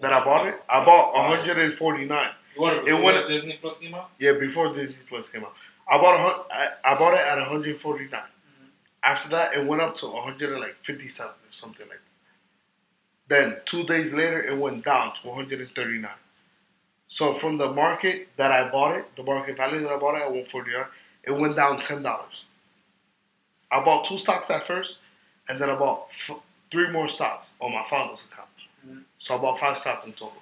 Speaker 1: that I bought it. I bought 149.
Speaker 4: You want
Speaker 1: It
Speaker 4: to before
Speaker 1: went-
Speaker 4: Disney Plus came out?
Speaker 1: Yeah, before Disney Plus came out, I bought a hun- I, I bought it at 149. After that, it went up to 157 or something like. that. Then two days later, it went down to 139. So from the market that I bought it, the market value that I bought it at 149, it went down ten dollars. I bought two stocks at first, and then I bought f- three more stocks on my father's account. So I bought five stocks in total.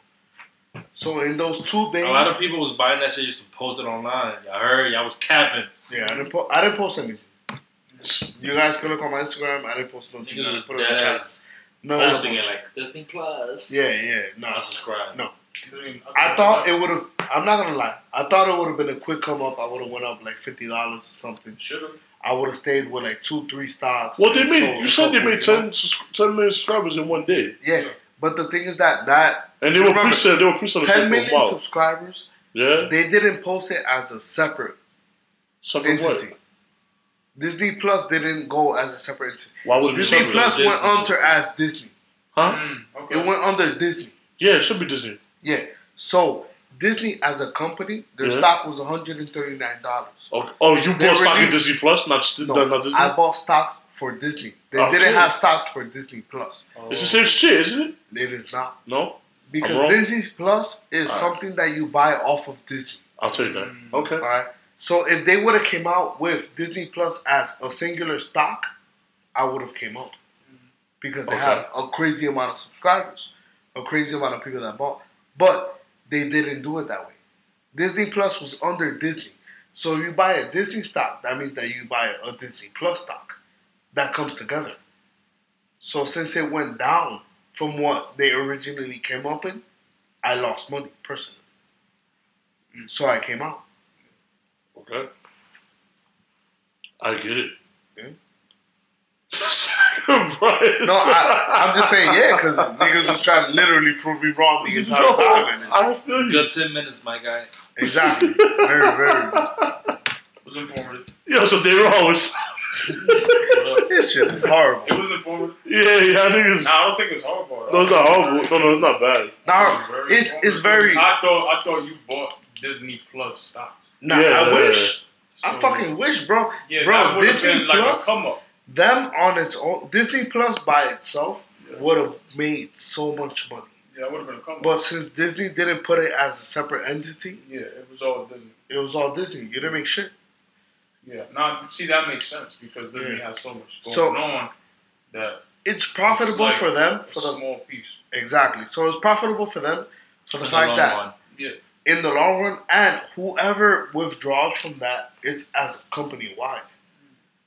Speaker 1: So in those two days,
Speaker 4: A lot of people was buying that shit just to post it online. I heard y'all was capping.
Speaker 1: Yeah, I didn't, po- I didn't post anything. You guys can look on my Instagram. I didn't post nothing.
Speaker 4: Niggas was
Speaker 1: Just put it in
Speaker 4: dead
Speaker 1: the chat.
Speaker 4: ass
Speaker 1: No, no,
Speaker 4: posting it like Disney Plus.
Speaker 1: yeah, yeah, no.
Speaker 4: Unsubscribe.
Speaker 1: I thought it would have. I'm not gonna lie. I thought it would have been a quick come up. I would have went up like fifty dollars or something.
Speaker 3: should have.
Speaker 1: I would have stayed with like two, three stocks.
Speaker 2: what they
Speaker 1: and
Speaker 2: made?
Speaker 1: sold
Speaker 2: You
Speaker 1: a
Speaker 2: said they
Speaker 1: couple,
Speaker 2: made
Speaker 1: you know?
Speaker 2: 10, sus- 10 million subscribers in one day,
Speaker 1: Yeah, but the thing is that that
Speaker 2: and they were
Speaker 1: Remember,
Speaker 2: pre-selling. They were pre-selling
Speaker 1: ten
Speaker 2: for a
Speaker 1: million
Speaker 2: while.
Speaker 1: subscribers,
Speaker 2: Yeah.
Speaker 1: they didn't post it as a separate
Speaker 2: Something what?
Speaker 1: entity. Disney Plus didn't go as a separate entity.
Speaker 2: Why would it be
Speaker 1: Disney
Speaker 2: separate?
Speaker 1: Plus
Speaker 4: Disney.
Speaker 1: went under as Disney.
Speaker 2: Huh?
Speaker 3: Mm, okay.
Speaker 1: It went under Disney.
Speaker 2: Yeah, it should be Disney.
Speaker 1: Yeah. So Disney as a company, their
Speaker 2: Yeah.
Speaker 1: stock was one hundred and thirty nine dollars.
Speaker 2: Oh, oh you
Speaker 1: They
Speaker 2: bought stock in
Speaker 1: released-
Speaker 2: Disney Plus, not, st-
Speaker 1: No,
Speaker 2: not, not Disney. Oh,
Speaker 1: I bought stocks for Disney. They
Speaker 2: Okay.
Speaker 1: didn't have stocks for Disney Plus.
Speaker 3: Oh,
Speaker 2: It's the same shit, isn't it?
Speaker 1: It is not
Speaker 2: No, wrong?
Speaker 1: because Disney Plus is
Speaker 2: Alright.
Speaker 1: something that you buy off of Disney.
Speaker 2: I'll take that.
Speaker 3: Mm.
Speaker 2: Okay.
Speaker 1: All right. So if they would have came out with Disney Plus as a singular stock, I would have came out because they
Speaker 2: Okay.
Speaker 1: had a crazy amount of subscribers, a crazy amount of people that bought. But they didn't do it that way. Disney Plus was under Disney. So you buy a Disney stock, that means that you buy a Disney Plus stock. That comes together. So since it went down from what they originally came up in, I lost money personally.
Speaker 2: Mm.
Speaker 1: So I came out.
Speaker 2: Okay. I get it.
Speaker 1: Yeah.
Speaker 2: Brian.
Speaker 1: No, I, I'm just saying, yeah, because niggas was trying to literally prove me wrong the entire
Speaker 2: No,
Speaker 1: time. And
Speaker 2: I
Speaker 1: it's,
Speaker 2: feel you.
Speaker 4: Good ten minutes, my guy.
Speaker 1: exactly. Very, very.
Speaker 3: It was informative.
Speaker 2: Yo, so they were always.
Speaker 1: This shit is horrible.
Speaker 3: It was informative.
Speaker 2: Yeah, yeah, niggas.
Speaker 3: Nah, I don't think it's horrible. at
Speaker 2: No,
Speaker 3: all.
Speaker 2: it's not horrible. No, no, it's not bad.
Speaker 1: Now, it's it's very.
Speaker 3: I thought I thought you bought Disney Plus stock.
Speaker 1: Nah,
Speaker 2: Yeah,
Speaker 1: I
Speaker 2: yeah.
Speaker 1: wish. I
Speaker 3: So,
Speaker 1: fucking wish, bro.
Speaker 3: yeah,
Speaker 1: bro,
Speaker 3: That would've
Speaker 1: Disney
Speaker 3: been like
Speaker 1: Plus?
Speaker 3: a come up.
Speaker 1: Them on its own, Disney Plus by itself would have made so much money.
Speaker 3: Yeah, that would have been a come up.
Speaker 1: But since Disney didn't put it as a separate entity,
Speaker 3: yeah, it was all Disney.
Speaker 1: it was all Disney. You didn't make shit.
Speaker 3: Yeah, now see that makes sense because Disney
Speaker 1: Yeah.
Speaker 3: has so much going
Speaker 1: So-
Speaker 3: on that
Speaker 1: It's profitable
Speaker 3: like
Speaker 1: for them.
Speaker 3: a
Speaker 1: For the,
Speaker 3: small piece.
Speaker 1: exactly. So it's profitable for them for the
Speaker 4: In the
Speaker 1: fact
Speaker 4: long
Speaker 1: that
Speaker 4: run.
Speaker 1: in the long run, and whoever withdraws from that, it's as company wide.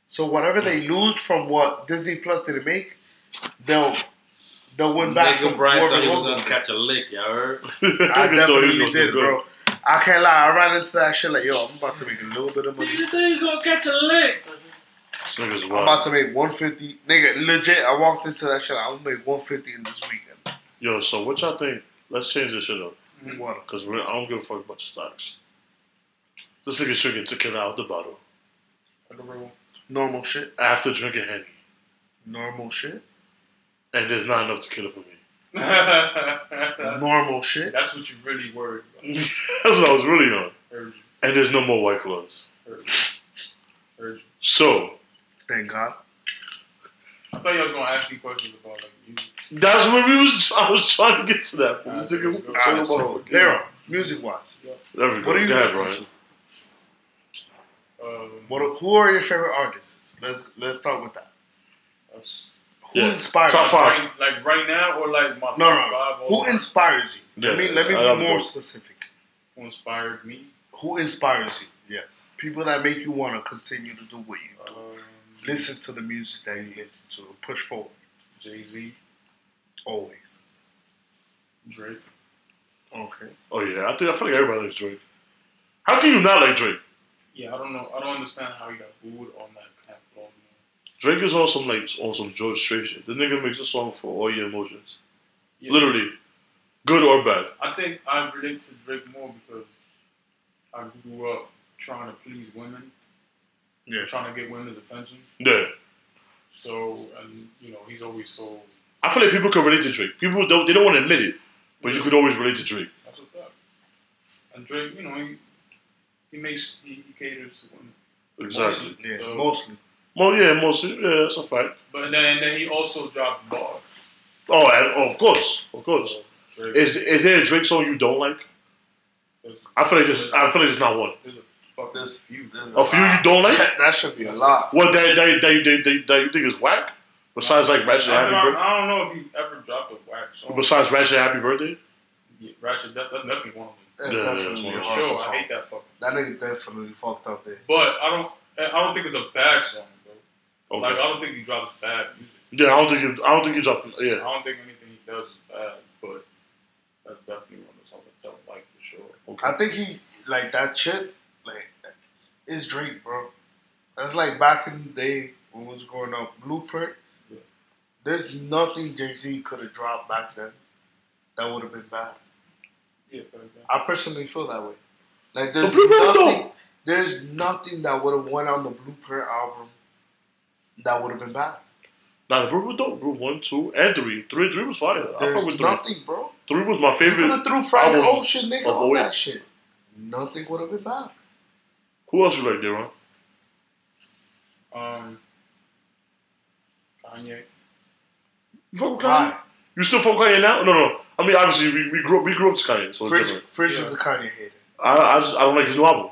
Speaker 1: So whatever they lose from what Disney Plus didn't make, they'll they'll win back.
Speaker 4: Nigga
Speaker 1: from
Speaker 4: Brian
Speaker 1: whoever
Speaker 4: thought he was
Speaker 1: loses.
Speaker 4: gonna catch a lick, y'all heard?
Speaker 1: I
Speaker 2: Niggas thought he was
Speaker 1: definitely
Speaker 2: gonna
Speaker 1: did,
Speaker 2: do
Speaker 1: bro. I can't lie. I ran into that shit like, yo, I'm about to make a little bit of money.
Speaker 4: Nigga thought he was gonna catch a lick.
Speaker 2: This nigga's
Speaker 1: I'm about
Speaker 2: wild.
Speaker 1: to make 150, nigga. Legit, I walked into that shit. I'm gonna make 150 in this weekend.
Speaker 2: Yo, so what y'all think? Let's change this shit up.
Speaker 1: What?
Speaker 2: Because I don't give a fuck about the stocks. This nigga should get tequila out the bottle
Speaker 3: Like a real-
Speaker 1: Normal shit.
Speaker 2: after drinking Henny.
Speaker 1: Normal shit.
Speaker 2: And there's not enough tequila for me.
Speaker 3: That's
Speaker 1: Normal shit.
Speaker 3: what you really worried about.
Speaker 2: That's what I was really on.
Speaker 3: Heard you,
Speaker 2: And there's no more white claws.
Speaker 3: heard you, heard you.
Speaker 2: So,
Speaker 1: Thank God.
Speaker 3: I thought you was gonna ask me questions about like music.
Speaker 2: that's what we was. I was trying to get to that. This nigga,
Speaker 3: All
Speaker 1: All
Speaker 3: So
Speaker 1: right, so, Daryl, music wise,
Speaker 2: There we go.
Speaker 1: what are you
Speaker 2: Go ahead,
Speaker 1: listening
Speaker 2: Ryan.
Speaker 1: to?
Speaker 3: Um,
Speaker 1: What, are- who are your favorite artists? Let's let's start with that.
Speaker 3: that's-
Speaker 1: Who
Speaker 2: Yeah.
Speaker 1: inspires?
Speaker 2: Top
Speaker 1: you?
Speaker 2: five.
Speaker 3: uh, right, like right now or like my
Speaker 1: No, no,
Speaker 3: top five?
Speaker 1: no.
Speaker 3: all
Speaker 1: Who
Speaker 3: time?
Speaker 1: inspires you?
Speaker 2: Yeah,
Speaker 1: let me let me
Speaker 2: I
Speaker 1: be
Speaker 2: love
Speaker 1: more
Speaker 2: those.
Speaker 1: specific.
Speaker 3: who inspired me?
Speaker 1: Who inspires you? Yes, people that make you want to continue to do what you do.
Speaker 3: Um,
Speaker 1: Listen to the music that you listen to. Push forward
Speaker 3: Jay Z,
Speaker 1: always.
Speaker 3: Drake.
Speaker 1: Okay.
Speaker 2: Oh yeah, I think I feel like everybody likes Drake. How can you not like Drake?
Speaker 3: Yeah, I don't know. I don't understand how he got booed on that platform.
Speaker 2: Drake is on some like on some George Strait shit. The nigga makes a song for all your emotions,
Speaker 3: Yeah.
Speaker 2: literally, good or bad.
Speaker 3: I think I relate to Drake more because I grew up trying to please women,
Speaker 1: Yeah.
Speaker 3: trying to get women's attention.
Speaker 2: Yeah,
Speaker 3: So, and you know, he's always so.
Speaker 2: I feel like people can relate to Drake. People don't they don't want to admit it, but you could always relate to Drake.
Speaker 3: That's what's up. And Drake, you know, he, he makes he, he caters to women.
Speaker 2: Exactly.
Speaker 1: Yeah,
Speaker 3: So-
Speaker 1: mostly.
Speaker 2: Well, yeah, mostly. Yeah, that's a fact.
Speaker 3: But then, and then he also dropped bars.
Speaker 2: Oh, and, oh, of course, of course.
Speaker 3: Drake,
Speaker 2: Is is there a Drake song you don't like?
Speaker 3: there's,
Speaker 2: I feel like just I feel like there's not one.
Speaker 3: there's a fucking
Speaker 1: There's-
Speaker 3: few.
Speaker 1: there's
Speaker 2: A few you don't like.
Speaker 1: That, that should be a lot.
Speaker 2: What that that that you that, that, that you think is whack? Besides like
Speaker 3: I
Speaker 2: Ratchet
Speaker 3: don't,
Speaker 2: Happy
Speaker 3: know-
Speaker 2: Birthday.
Speaker 3: I don't know if he ever dropped a whack song.
Speaker 2: Besides Ratchet Happy Birthday.
Speaker 3: Yeah, Ratchet, that's, that's definitely one of them.
Speaker 1: That's
Speaker 2: Yeah, that's
Speaker 1: definitely
Speaker 2: one
Speaker 1: a
Speaker 2: of Yeah,
Speaker 1: hard
Speaker 3: For sure,
Speaker 1: song.
Speaker 3: I hate that fucking.
Speaker 1: That nigga definitely fucked up there.
Speaker 3: But I don't. I don't think it's a bad song, bro. Like
Speaker 2: Okay.
Speaker 3: I don't think he drops bad music.
Speaker 2: Yeah, I don't think you, I don't think you dropped.
Speaker 3: I
Speaker 2: Yeah.
Speaker 3: don't think anything he does is bad. But that's definitely one of the songs I don't like for sure.
Speaker 2: Okay.
Speaker 1: I think he like that shit. Like, it's Drake, bro. That's like back in the day when we was growing up. Blueprint.
Speaker 3: Yeah.
Speaker 1: There's nothing Jay Z could have dropped back then that would have been bad.
Speaker 3: Yeah, for example.
Speaker 1: I personally feel that way. Like there's
Speaker 2: But Blueprint
Speaker 1: nothing. There's nothing that would have went on the Blueprint album that would have been bad.
Speaker 2: Nah, the Brew was dope. Brew one, two, and three. Three, three was fire. I
Speaker 1: There's
Speaker 2: fuck with three.
Speaker 1: nothing, bro.
Speaker 2: Three was my
Speaker 1: You could
Speaker 2: favorite.
Speaker 1: have threw Frank
Speaker 2: album
Speaker 1: Ocean, nigga,
Speaker 2: of
Speaker 1: on
Speaker 2: Oasis.
Speaker 1: that shit. Nothing would have been bad.
Speaker 2: Who else you like, Deron?
Speaker 3: Um, Kanye.
Speaker 2: You fuck with Kanye?
Speaker 1: Why?
Speaker 2: You still fuck with Kanye now? No, no. I mean, obviously, we, we grew up, we grew up to Kanye, so it's
Speaker 1: Fridge,
Speaker 2: different.
Speaker 1: Fridge is
Speaker 3: Yeah.
Speaker 1: a Kanye hater.
Speaker 2: I, I just I don't like his new album.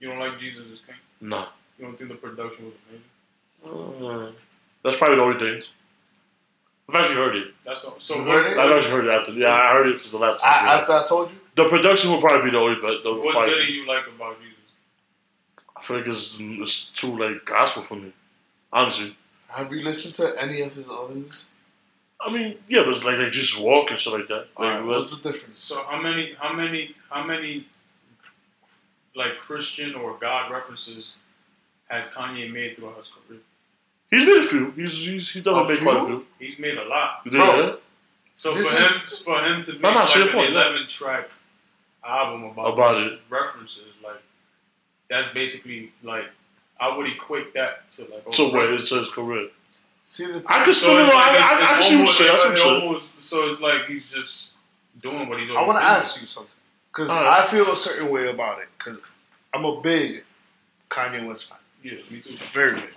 Speaker 3: You don't like Jesus is King.
Speaker 2: Nah.
Speaker 3: You don't think the production was amazing.
Speaker 2: Uh, that's probably the only thing. I've actually heard it.
Speaker 3: That's not, so.
Speaker 1: You
Speaker 3: What,
Speaker 1: heard it?
Speaker 2: I've actually heard it after. Yeah, I heard it for the last time.
Speaker 1: I,
Speaker 2: yeah.
Speaker 1: after I told you.
Speaker 2: the production will probably be the only, but the
Speaker 3: What
Speaker 2: fight.
Speaker 3: did you like about Jesus?
Speaker 2: feel like it's, it's too like gospel for me, honestly.
Speaker 1: Have you listened to any of his other music?
Speaker 2: I mean, yeah, but it's like like just walk and shit like that. Like,
Speaker 1: Alright,
Speaker 2: what-
Speaker 1: what's the difference?
Speaker 3: So how many, how many, how many, like Christian or God references has Kanye made throughout his career?
Speaker 2: he's made a few. He's he's he's done
Speaker 1: A
Speaker 2: made quite a
Speaker 1: few? Oh.
Speaker 2: few.
Speaker 3: He's made a lot.
Speaker 2: You
Speaker 1: Bro,
Speaker 2: did
Speaker 3: So
Speaker 1: This
Speaker 3: for
Speaker 1: is-
Speaker 3: him, for him to make
Speaker 2: no,
Speaker 3: like
Speaker 2: to your
Speaker 3: an
Speaker 2: point, yeah.
Speaker 3: eleven track album about,
Speaker 2: About
Speaker 3: these
Speaker 2: it.
Speaker 3: references, like that's basically like I would equate that to like.
Speaker 2: that? So where it's his career?
Speaker 1: See the
Speaker 2: I could
Speaker 3: So
Speaker 2: still no, no,
Speaker 3: it's like-
Speaker 2: I,
Speaker 3: it's-
Speaker 2: I,
Speaker 3: it's
Speaker 2: I actually would
Speaker 3: almost-
Speaker 2: say I should
Speaker 3: it's
Speaker 2: say.
Speaker 3: almost- So it's like he's just doing what he's.
Speaker 1: I want to
Speaker 3: always
Speaker 1: ask you something because
Speaker 2: Alright.
Speaker 1: I feel a certain way about it because I'm a big Kanye West fan,
Speaker 3: doing. Yeah, me too.
Speaker 1: very big.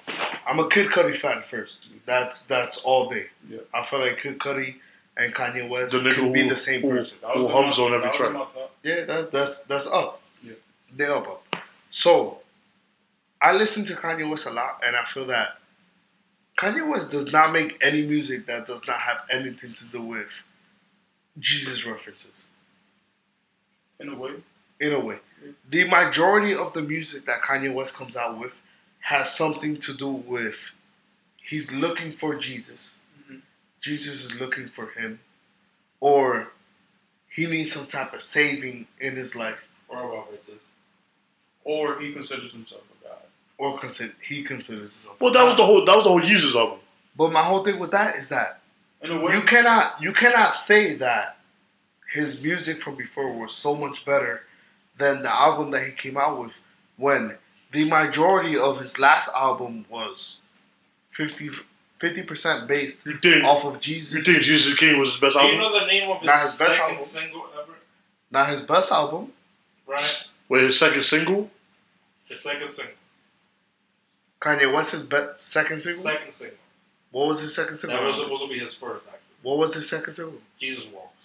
Speaker 1: I'm a Kid Cudi fan first. That's that's all day.
Speaker 3: Yeah.
Speaker 1: I feel like Kid Cudi and Kanye West
Speaker 2: The nigga
Speaker 1: could be
Speaker 2: who-
Speaker 1: the same
Speaker 2: who-
Speaker 1: person.
Speaker 3: That was
Speaker 2: Who
Speaker 3: in my-
Speaker 2: hums on every
Speaker 3: that was
Speaker 2: track.
Speaker 3: in my top.
Speaker 1: Yeah, that's that's that's up.
Speaker 3: Yeah.
Speaker 1: They up up. So I listen to Kanye West a lot, and I feel that Kanye West does not make any music that does not have anything to do with Jesus references.
Speaker 3: In a way,
Speaker 1: in a way. The majority of the music that Kanye West comes out with has something to do with he's looking for Jesus.
Speaker 3: Mhm.
Speaker 1: Jesus is looking for him. Or he needs some type of saving in his life.
Speaker 3: or about it is. Or he considers himself a god.
Speaker 1: Or consider, he considers himself.
Speaker 2: Well, that was the whole that was the whole Jesus album.
Speaker 1: But my whole thing with that is that
Speaker 3: In a way,
Speaker 1: you cannot you cannot say that his music from before was so much better than the album that he came out with when the majority of his last album was 50 percent based
Speaker 2: You think
Speaker 1: off of
Speaker 2: you
Speaker 1: Jesus.
Speaker 2: think Jesus King was his best
Speaker 4: Do you
Speaker 2: album?
Speaker 4: know the name of his,
Speaker 1: Nah, his best
Speaker 4: second
Speaker 1: album.
Speaker 4: single ever?
Speaker 1: Not his best album.
Speaker 4: Right?
Speaker 2: Wait, his second single?
Speaker 4: His second single.
Speaker 1: Kanye West's be- second single.
Speaker 4: Second single.
Speaker 1: what was his second single?
Speaker 4: That was supposed to be his first, actually.
Speaker 1: what was his second single?
Speaker 4: Jesus Walks.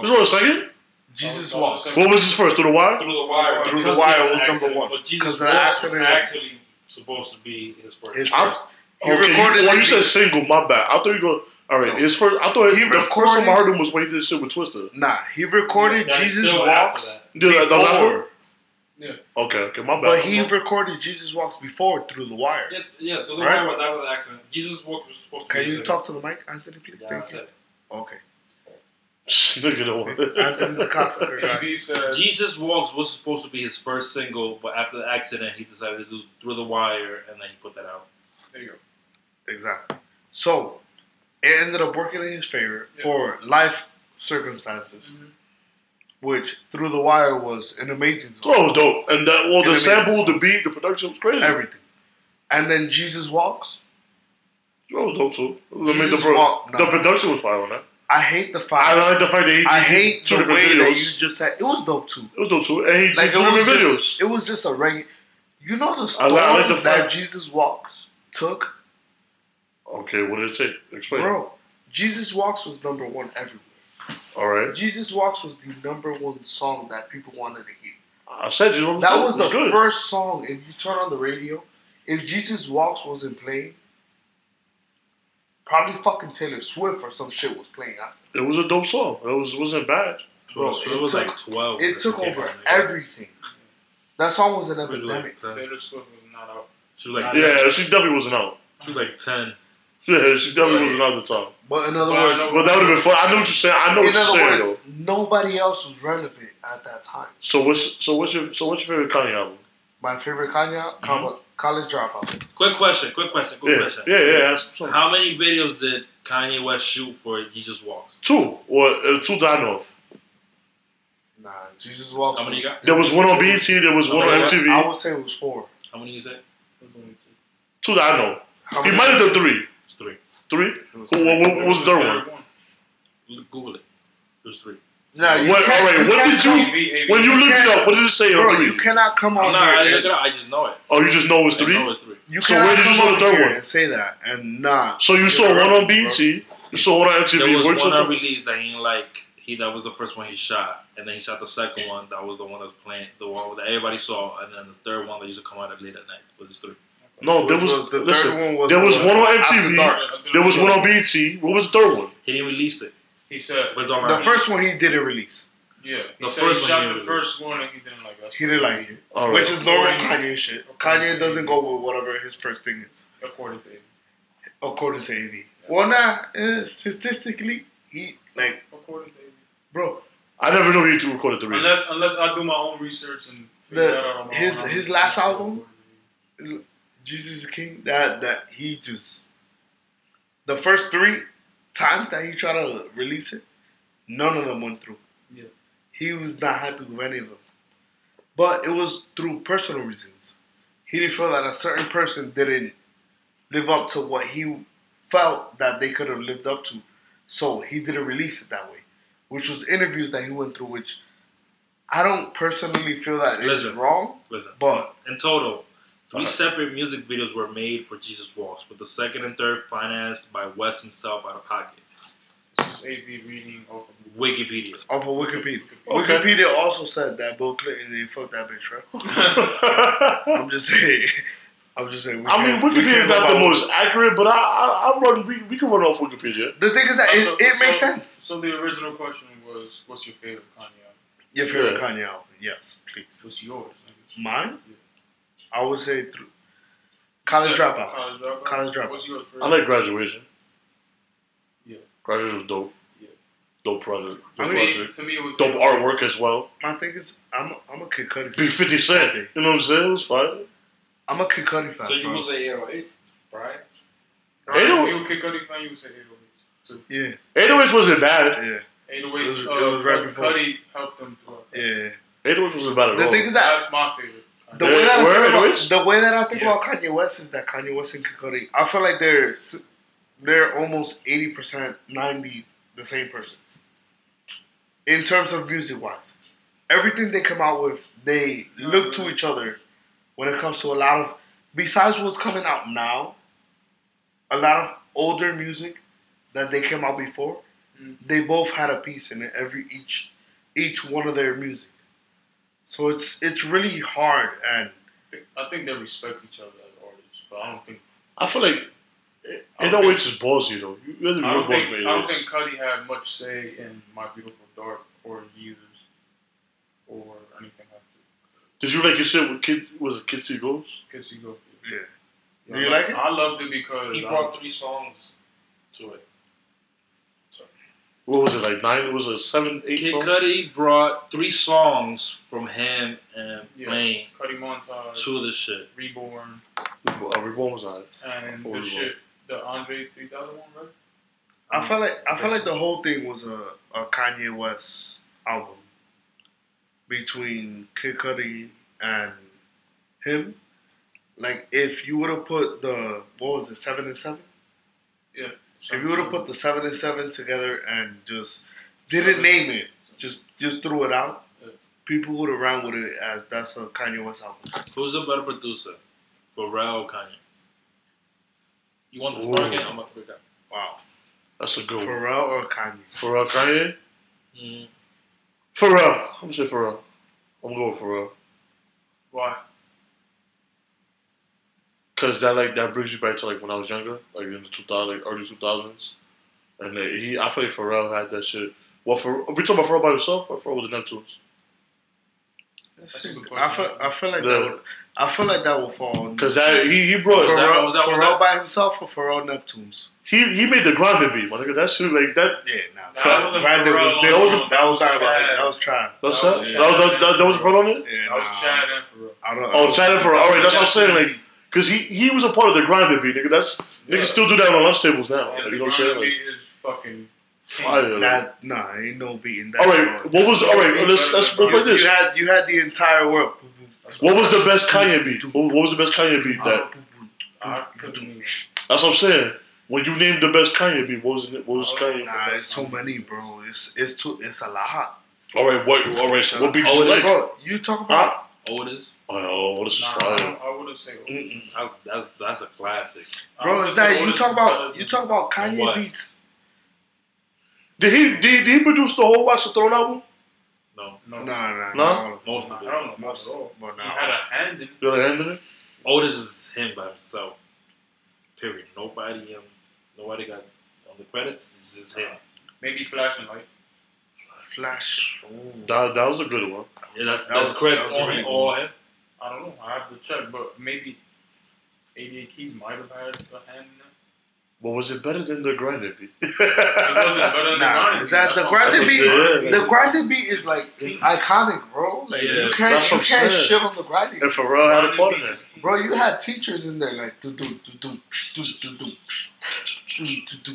Speaker 2: This was his second.
Speaker 1: Jesus
Speaker 4: that was
Speaker 1: Walks.
Speaker 2: What was his first? Through the wire.
Speaker 4: Through the Wire.
Speaker 1: Through the
Speaker 4: because
Speaker 1: Wire
Speaker 4: he had
Speaker 1: was
Speaker 4: an
Speaker 1: number
Speaker 4: accident,
Speaker 1: one.
Speaker 4: But
Speaker 1: 'Cause
Speaker 4: Jesus
Speaker 1: the
Speaker 4: Walks was
Speaker 1: accident-
Speaker 4: actually supposed to be his first.
Speaker 1: His
Speaker 2: I'm-
Speaker 1: first. He
Speaker 2: Okay,
Speaker 1: recorded
Speaker 2: you, well,
Speaker 1: it-
Speaker 2: you said single. My bad. I thought you go. All right,
Speaker 1: No.
Speaker 2: his first. I thought his,
Speaker 1: He
Speaker 2: the first time I
Speaker 1: recorded-
Speaker 2: heard him was when he did shit with Twister.
Speaker 1: Nah, he recorded
Speaker 4: That's
Speaker 1: Jesus
Speaker 4: still after
Speaker 1: Walks.
Speaker 4: that.
Speaker 2: Did that, that was after?
Speaker 1: before,
Speaker 2: Okay, okay, my bad.
Speaker 1: but he recorded Jesus Walks before through the wire.
Speaker 4: Yeah, th- yeah, Through the
Speaker 1: Right?
Speaker 4: Wire was after the accident. Jesus Walks was supposed to
Speaker 1: Can
Speaker 4: be
Speaker 1: you
Speaker 4: his
Speaker 1: talk to the mic, Anthony, please?
Speaker 4: second. Yeah,
Speaker 1: Thank
Speaker 4: that's
Speaker 1: you.
Speaker 4: it.
Speaker 1: Okay.
Speaker 2: Look at that one.
Speaker 1: Anthony's a cocksucker,
Speaker 3: AB
Speaker 1: guys.
Speaker 3: said,
Speaker 4: Jesus Walks was supposed to be his first single, but after the accident, he decided to do Through the Wire, and then he put that out.
Speaker 3: there you go.
Speaker 1: Exactly. So, it ended up working in his favor
Speaker 3: Yeah.
Speaker 1: for life circumstances,
Speaker 4: Mm-hmm.
Speaker 1: which Through the Wire was an amazing
Speaker 2: So that
Speaker 1: song.
Speaker 2: was dope. And that well,
Speaker 1: And I mean,
Speaker 2: the sample,
Speaker 1: it's-
Speaker 2: the beat, the production was crazy.
Speaker 1: Everything. And then Jesus Walks.
Speaker 2: That was dope too. I mean, the,
Speaker 1: Jesus
Speaker 2: pro-
Speaker 1: walked, nah.
Speaker 2: the production was fire on that.
Speaker 1: I hate the
Speaker 2: I
Speaker 1: fire.
Speaker 2: like the fact that he
Speaker 1: I
Speaker 2: did
Speaker 1: hate
Speaker 2: two
Speaker 1: the
Speaker 2: different
Speaker 1: way that
Speaker 2: videos.
Speaker 1: you just said it was dope too.
Speaker 2: It was dope too, and he
Speaker 1: Like
Speaker 2: did two
Speaker 1: it was
Speaker 2: different
Speaker 1: just
Speaker 2: videos.
Speaker 1: it was just a regular. You know the
Speaker 2: I
Speaker 1: storm
Speaker 2: like- I like the
Speaker 1: that
Speaker 2: fact-
Speaker 1: Jesus Walks took,
Speaker 2: Okay, what did it take? Explain.
Speaker 1: bro. Jesus Walks was number one everywhere.
Speaker 2: All right,
Speaker 1: Jesus Walks was the number one song that people wanted to hear.
Speaker 2: I said you know,
Speaker 1: That was the
Speaker 2: good.
Speaker 1: first song. If you turn on the radio, if Jesus Walks wasn't playing, probably fucking Taylor Swift or some shit was playing after.
Speaker 2: It was a dope song. It was wasn't bad.
Speaker 1: Bro,
Speaker 4: So
Speaker 1: it
Speaker 4: was
Speaker 1: took-
Speaker 4: like 12. when
Speaker 1: It took
Speaker 4: came
Speaker 1: over
Speaker 4: out.
Speaker 1: everything. That song was an
Speaker 4: She was like
Speaker 1: epidemic.
Speaker 4: 10.
Speaker 3: Taylor Swift was not out.
Speaker 4: She was like,
Speaker 1: Yeah.
Speaker 2: Yeah, she definitely wasn't out.
Speaker 4: she was like 10.
Speaker 2: Yeah, she definitely
Speaker 3: Yeah.
Speaker 2: wasn't out the time.
Speaker 1: But in other
Speaker 3: Well, I
Speaker 1: words,
Speaker 3: know-
Speaker 2: But that would have been fun. I know what you're saying. I know what
Speaker 1: in
Speaker 2: you're
Speaker 1: other
Speaker 2: saying
Speaker 1: words,
Speaker 2: though.
Speaker 1: nobody else was relevant at that time.
Speaker 2: So what's so what's your so what's your favorite Kanye album?
Speaker 1: My favorite Kanye, mm College Dropout.
Speaker 4: Quick question, quick question, quick
Speaker 2: Yeah,
Speaker 4: question.
Speaker 2: yeah, yeah. That's something.
Speaker 4: How many videos did Kanye West shoot for Jesus Walks?
Speaker 2: Two or uh, two that I know of.
Speaker 1: Nah, Jesus Walks.
Speaker 4: How many you got?
Speaker 2: There was one on BET. There was one on
Speaker 4: Okay,
Speaker 1: I
Speaker 2: MTV.
Speaker 1: would say it was four.
Speaker 4: How many you say?
Speaker 2: Two that I know.
Speaker 1: How
Speaker 2: He
Speaker 1: many-
Speaker 2: might have done three.
Speaker 4: It's three.
Speaker 2: Three.
Speaker 1: It was
Speaker 2: What,
Speaker 1: three.
Speaker 2: what, what was the third one?
Speaker 4: Google it. There's three.
Speaker 1: Nah, you
Speaker 2: What-
Speaker 1: can't-
Speaker 2: alright,
Speaker 1: you
Speaker 2: what
Speaker 1: can't
Speaker 2: did you-
Speaker 1: come-
Speaker 3: AB, AB.
Speaker 2: When you
Speaker 1: You
Speaker 2: looked it
Speaker 1: can't-
Speaker 2: up, what did it say on
Speaker 1: Bro, you
Speaker 2: three?
Speaker 1: cannot come
Speaker 4: I'm
Speaker 1: on
Speaker 4: not, I,
Speaker 1: here.
Speaker 4: look
Speaker 1: and-
Speaker 4: it up, I just know it.
Speaker 2: Oh, you just know it's
Speaker 4: I know
Speaker 2: three.
Speaker 4: it's three.
Speaker 1: You
Speaker 2: So
Speaker 1: cannot
Speaker 2: where did you
Speaker 1: come
Speaker 2: see the
Speaker 1: on
Speaker 2: third
Speaker 1: here
Speaker 2: one?
Speaker 1: And say that and nah.
Speaker 2: So you saw
Speaker 1: You're
Speaker 2: one
Speaker 1: right,
Speaker 2: on BET. You saw one on
Speaker 4: There
Speaker 2: MTV.
Speaker 4: was
Speaker 2: Where'd you
Speaker 4: one I
Speaker 2: look-
Speaker 4: released that he like he that was the first one he shot, and then he shot the second one that was the one that was playing the one that everybody saw, and then the third one that used to come out late at night was just three.
Speaker 2: No, Oh, there
Speaker 1: Which
Speaker 2: was.
Speaker 1: the
Speaker 2: Listen,
Speaker 1: third one was
Speaker 2: there
Speaker 1: the
Speaker 2: was one on
Speaker 1: After
Speaker 2: MTV.
Speaker 1: Dark.
Speaker 2: there was one on BET. What was the third one?
Speaker 4: He didn't release it,
Speaker 3: He said,
Speaker 4: but it's on
Speaker 1: The
Speaker 4: our-
Speaker 1: first one he didn't release.
Speaker 3: yeah. He
Speaker 4: The
Speaker 3: said
Speaker 4: first
Speaker 3: he
Speaker 4: one
Speaker 3: shot
Speaker 4: he
Speaker 3: the
Speaker 4: released.
Speaker 3: first one and he didn't like it.
Speaker 1: He didn't like it,
Speaker 2: All right.
Speaker 1: which is normal Kanye shit. Kanye doesn't go with whatever his first thing is.
Speaker 3: according to him.
Speaker 1: according to AD. Well, nah, uh, statistically, he like
Speaker 3: According to him.
Speaker 1: bro.
Speaker 2: I never know you two recorded the reading.
Speaker 3: Unless unless I do my own research and figure
Speaker 1: The-
Speaker 3: that out on my
Speaker 1: his-
Speaker 3: own.
Speaker 1: his last album? Jesus is King. That that he just the first three times that he tried to release it, none of them went through.
Speaker 3: Yeah.
Speaker 1: He was not happy with any of them, but it was through personal reasons. He didn't feel that a certain person didn't live up to what he felt that they could have lived up to, so he didn't release it that way. Which was interviews that he went through, which I don't personally feel that is
Speaker 4: Listen.
Speaker 1: wrong,
Speaker 4: Listen,
Speaker 1: but
Speaker 4: in total, three
Speaker 2: Alright.
Speaker 4: separate music videos were made for Jesus Walks, with the second and third financed by West himself out of pocket.
Speaker 3: This is AV reading off of
Speaker 4: Wikipedia.
Speaker 1: off of Wikipedia.
Speaker 2: Okay.
Speaker 1: Wikipedia also said that Bill Clinton didn't fuck that bitch, right?
Speaker 2: I
Speaker 1: I'm just saying. I'm just saying. we
Speaker 2: mean,
Speaker 1: can't- we
Speaker 2: Wikipedia
Speaker 1: can't
Speaker 2: is not
Speaker 1: go
Speaker 2: the
Speaker 1: by-
Speaker 2: most accurate, but I, I, I run. We, we can run off Wikipedia.
Speaker 1: The thing is that it,
Speaker 3: So-
Speaker 1: it makes
Speaker 3: so-
Speaker 1: sense.
Speaker 3: So the original question was, what's your favorite Kanye album?
Speaker 1: Your favorite
Speaker 2: Yeah.
Speaker 1: Kanye album? Yes, please.
Speaker 3: What's yours? nigga?
Speaker 1: Mine? I would say through College
Speaker 3: So-
Speaker 1: Dropout.
Speaker 3: College dropout.
Speaker 1: College Dropout.
Speaker 3: What's yours? first?
Speaker 2: I like graduation.
Speaker 3: Yeah.
Speaker 2: graduation was dope.
Speaker 3: Yeah.
Speaker 2: Dope project.
Speaker 1: I
Speaker 2: Dope
Speaker 1: mean,
Speaker 2: project.
Speaker 3: To me, it was
Speaker 2: Dope artwork as well.
Speaker 1: My thing is, I'm a, I'm a Kid Cudi.
Speaker 2: Big
Speaker 1: fan.
Speaker 2: Fifty Cent. You know what I'm saying? It was fire.
Speaker 1: I'm a Kid Cudi fan.
Speaker 5: So you
Speaker 1: bro.
Speaker 5: was a 808, right?
Speaker 3: Right,
Speaker 2: They don't-
Speaker 3: You kick Cudi fan, you say 808s.
Speaker 1: yeah,
Speaker 2: 808 wasn't bad.
Speaker 1: yeah,
Speaker 3: 808s.
Speaker 1: It was-
Speaker 3: uh,
Speaker 1: it was right before.
Speaker 3: Cudi helped them throughout. that.
Speaker 1: yeah.
Speaker 2: 808 wasn't bad at
Speaker 1: The
Speaker 2: all.
Speaker 1: thing is that
Speaker 3: That's my favorite.
Speaker 1: the
Speaker 2: Yeah,
Speaker 1: way that,
Speaker 2: where
Speaker 1: I
Speaker 2: it
Speaker 1: think about,
Speaker 2: is?
Speaker 1: the way that I think
Speaker 3: Yeah.
Speaker 1: about Kanye West is that Kanye West and Kid Cudi, I feel like they're s- they're almost eighty percent, ninety the same person. In terms of music wise, everything they come out with, they
Speaker 3: Not
Speaker 1: look to
Speaker 3: really.
Speaker 1: each other. When it comes to a lot of, besides what's coming out now, a lot of older music that they came out before,
Speaker 3: Mm.
Speaker 1: they both had a piece in it. Every each each one of their music. So it's it's really hard and
Speaker 3: I think they respect each other as artists, but I don't think.
Speaker 2: I feel like
Speaker 3: I don't
Speaker 2: 808 is ballsy though. You you had to be
Speaker 3: I
Speaker 2: real
Speaker 3: don't,
Speaker 2: boss
Speaker 3: think,
Speaker 2: man.
Speaker 3: I don't think Cudi had much say in My Beautiful Dark or Years or anything like that.
Speaker 2: Did you like your shit with Kid? Was it Kid Three Goals?
Speaker 3: Kids you go
Speaker 1: Yeah.
Speaker 3: Yeah,
Speaker 1: Do you
Speaker 3: I
Speaker 1: like it?
Speaker 3: I loved it because
Speaker 5: He
Speaker 3: I-
Speaker 5: brought three songs to it.
Speaker 2: What was it like? Nine? It was a seven, eight
Speaker 4: Kid
Speaker 2: songs.
Speaker 4: Cudi brought three songs from him and
Speaker 3: Yeah.
Speaker 4: Plain
Speaker 3: Cudi Montage,
Speaker 4: to the shit.
Speaker 3: Reborn,
Speaker 2: Uh, Reborn was on it.
Speaker 3: and
Speaker 2: Before
Speaker 3: the
Speaker 2: Reborn.
Speaker 3: shit, the Andre 3000 one, right? Mm.
Speaker 1: I felt like I felt like the whole thing was a, a Kanye West album between Kid Cudi and him. Like if you would have put the what was it seven and seven? If you would have put the seven and seven together and just didn't name it, just just threw it out, people would have ran with it as that's a Kanye West album.
Speaker 4: Who's a better producer, Pharrell or Kanye? You want this
Speaker 2: Ooh.
Speaker 4: bargain? I'm about to pick up.
Speaker 1: Wow,
Speaker 2: That's a good one.
Speaker 1: Pharrell or Kanye?
Speaker 2: Pharrell Kanye.
Speaker 4: Mm.
Speaker 2: Pharrell. I'm gonna say Pharrell. I'm going with Pharrell
Speaker 3: Why?
Speaker 2: because that like that brings you back to like when I was younger, like in the 2000, like, early 2000s, and uh, he. I feel like Pharrell had that shit. Well, for we talking about Pharrell by himself or Pharrell with the Neptunes?
Speaker 3: That's a good
Speaker 1: I feel I feel like that
Speaker 2: The-
Speaker 1: would I feel like that would fall on
Speaker 2: Because that he he brought
Speaker 4: Was that-
Speaker 1: Pharrell,
Speaker 4: was that- was
Speaker 1: Pharrell
Speaker 4: that-
Speaker 1: by himself or Pharrell Neptunes?
Speaker 2: he he made the Grande beat, my nigga. That shit like that.
Speaker 1: Yeah, nah.
Speaker 3: That
Speaker 1: Fuck.
Speaker 3: wasn't
Speaker 1: Grindr
Speaker 3: Pharrell
Speaker 1: was
Speaker 3: on
Speaker 2: that
Speaker 1: different. That was
Speaker 3: one. That was
Speaker 1: trying.
Speaker 3: Chad.
Speaker 1: That was
Speaker 2: That's
Speaker 1: trying.
Speaker 3: That
Speaker 2: that.
Speaker 3: was-
Speaker 2: That was that, that, that was Pharrell on it.
Speaker 1: Yeah,
Speaker 3: I was
Speaker 1: nah.
Speaker 3: Chad and Pharrell.
Speaker 1: I don't.
Speaker 2: Oh, Chad for all right. That's what I'm saying. Like, cause he he was a part of the grinder beat, nigga. That's
Speaker 3: Yeah.
Speaker 2: niggas still do that on lunch tables now.
Speaker 3: And
Speaker 2: Like,
Speaker 3: the
Speaker 2: you know what I'm saying? Like,
Speaker 3: Grammy is fucking.
Speaker 2: fire. like.
Speaker 1: That nah, ain't no beating that.
Speaker 2: All right,
Speaker 1: hard.
Speaker 2: what was all right? Let's let's
Speaker 1: You,
Speaker 2: let's play this.
Speaker 1: you had you had the entire world.
Speaker 2: What was the best Kanye beat? What what was the best Kanye beat? That
Speaker 1: Uh,
Speaker 3: I couldn't even.
Speaker 2: Mm-hmm. that's what I'm saying. When you named the best Kanye beat, what was it? What
Speaker 3: Oh,
Speaker 2: was Kanye?
Speaker 1: Nah, it's so many, bro. It's it's too it's a lot.
Speaker 2: All right, what? All right, so what beat did
Speaker 4: Oh,
Speaker 2: you like?
Speaker 4: it's-
Speaker 2: Oh,
Speaker 1: Bro, you talk about
Speaker 4: Otis.
Speaker 2: oh, this is
Speaker 3: Nah,
Speaker 2: fire. Mm-hmm.
Speaker 3: I would have said.
Speaker 1: Mm-mm.
Speaker 4: That's that's that's a classic.
Speaker 1: bro. Is that you talk about you talk about Kanye
Speaker 4: What?
Speaker 1: beats?
Speaker 2: Did he did, did he produce the whole Watch the Throne album?
Speaker 4: No,
Speaker 3: No,
Speaker 1: Nah,
Speaker 3: no,
Speaker 1: nah,
Speaker 2: No?
Speaker 1: nah.
Speaker 4: most
Speaker 3: I
Speaker 4: of it.
Speaker 3: don't know.
Speaker 1: Most, but
Speaker 3: He had
Speaker 1: nah.
Speaker 3: a hand in it.
Speaker 2: You got a hand in it?
Speaker 4: Otis is him by himself. Period. Nobody um, nobody got on the credits. This is him.
Speaker 3: Maybe flashing lights.
Speaker 1: Flash.
Speaker 2: That, that was a good one.
Speaker 4: Yeah, that's,
Speaker 1: That
Speaker 4: that's
Speaker 1: was-
Speaker 4: correct.
Speaker 1: that was
Speaker 4: Only
Speaker 1: really
Speaker 4: all-
Speaker 3: all him? I don't know. I have to check, but maybe 88 Keys might have had a hand in it.
Speaker 2: But was it better than the grinder beat?
Speaker 3: It wasn't better than
Speaker 1: Nah,
Speaker 3: the
Speaker 1: is that the
Speaker 2: That's
Speaker 1: grinder
Speaker 2: what
Speaker 1: beat?
Speaker 2: I'm saying.
Speaker 1: The grinder beat is like it's iconic, bro. Like
Speaker 4: Yeah,
Speaker 1: you
Speaker 2: that's
Speaker 1: can't you
Speaker 2: what I'm
Speaker 1: can't
Speaker 2: saying.
Speaker 1: shit on the grinder,
Speaker 2: and Pharrell had a part in it.
Speaker 1: bro. You had teachers in there like do do do do do do do do do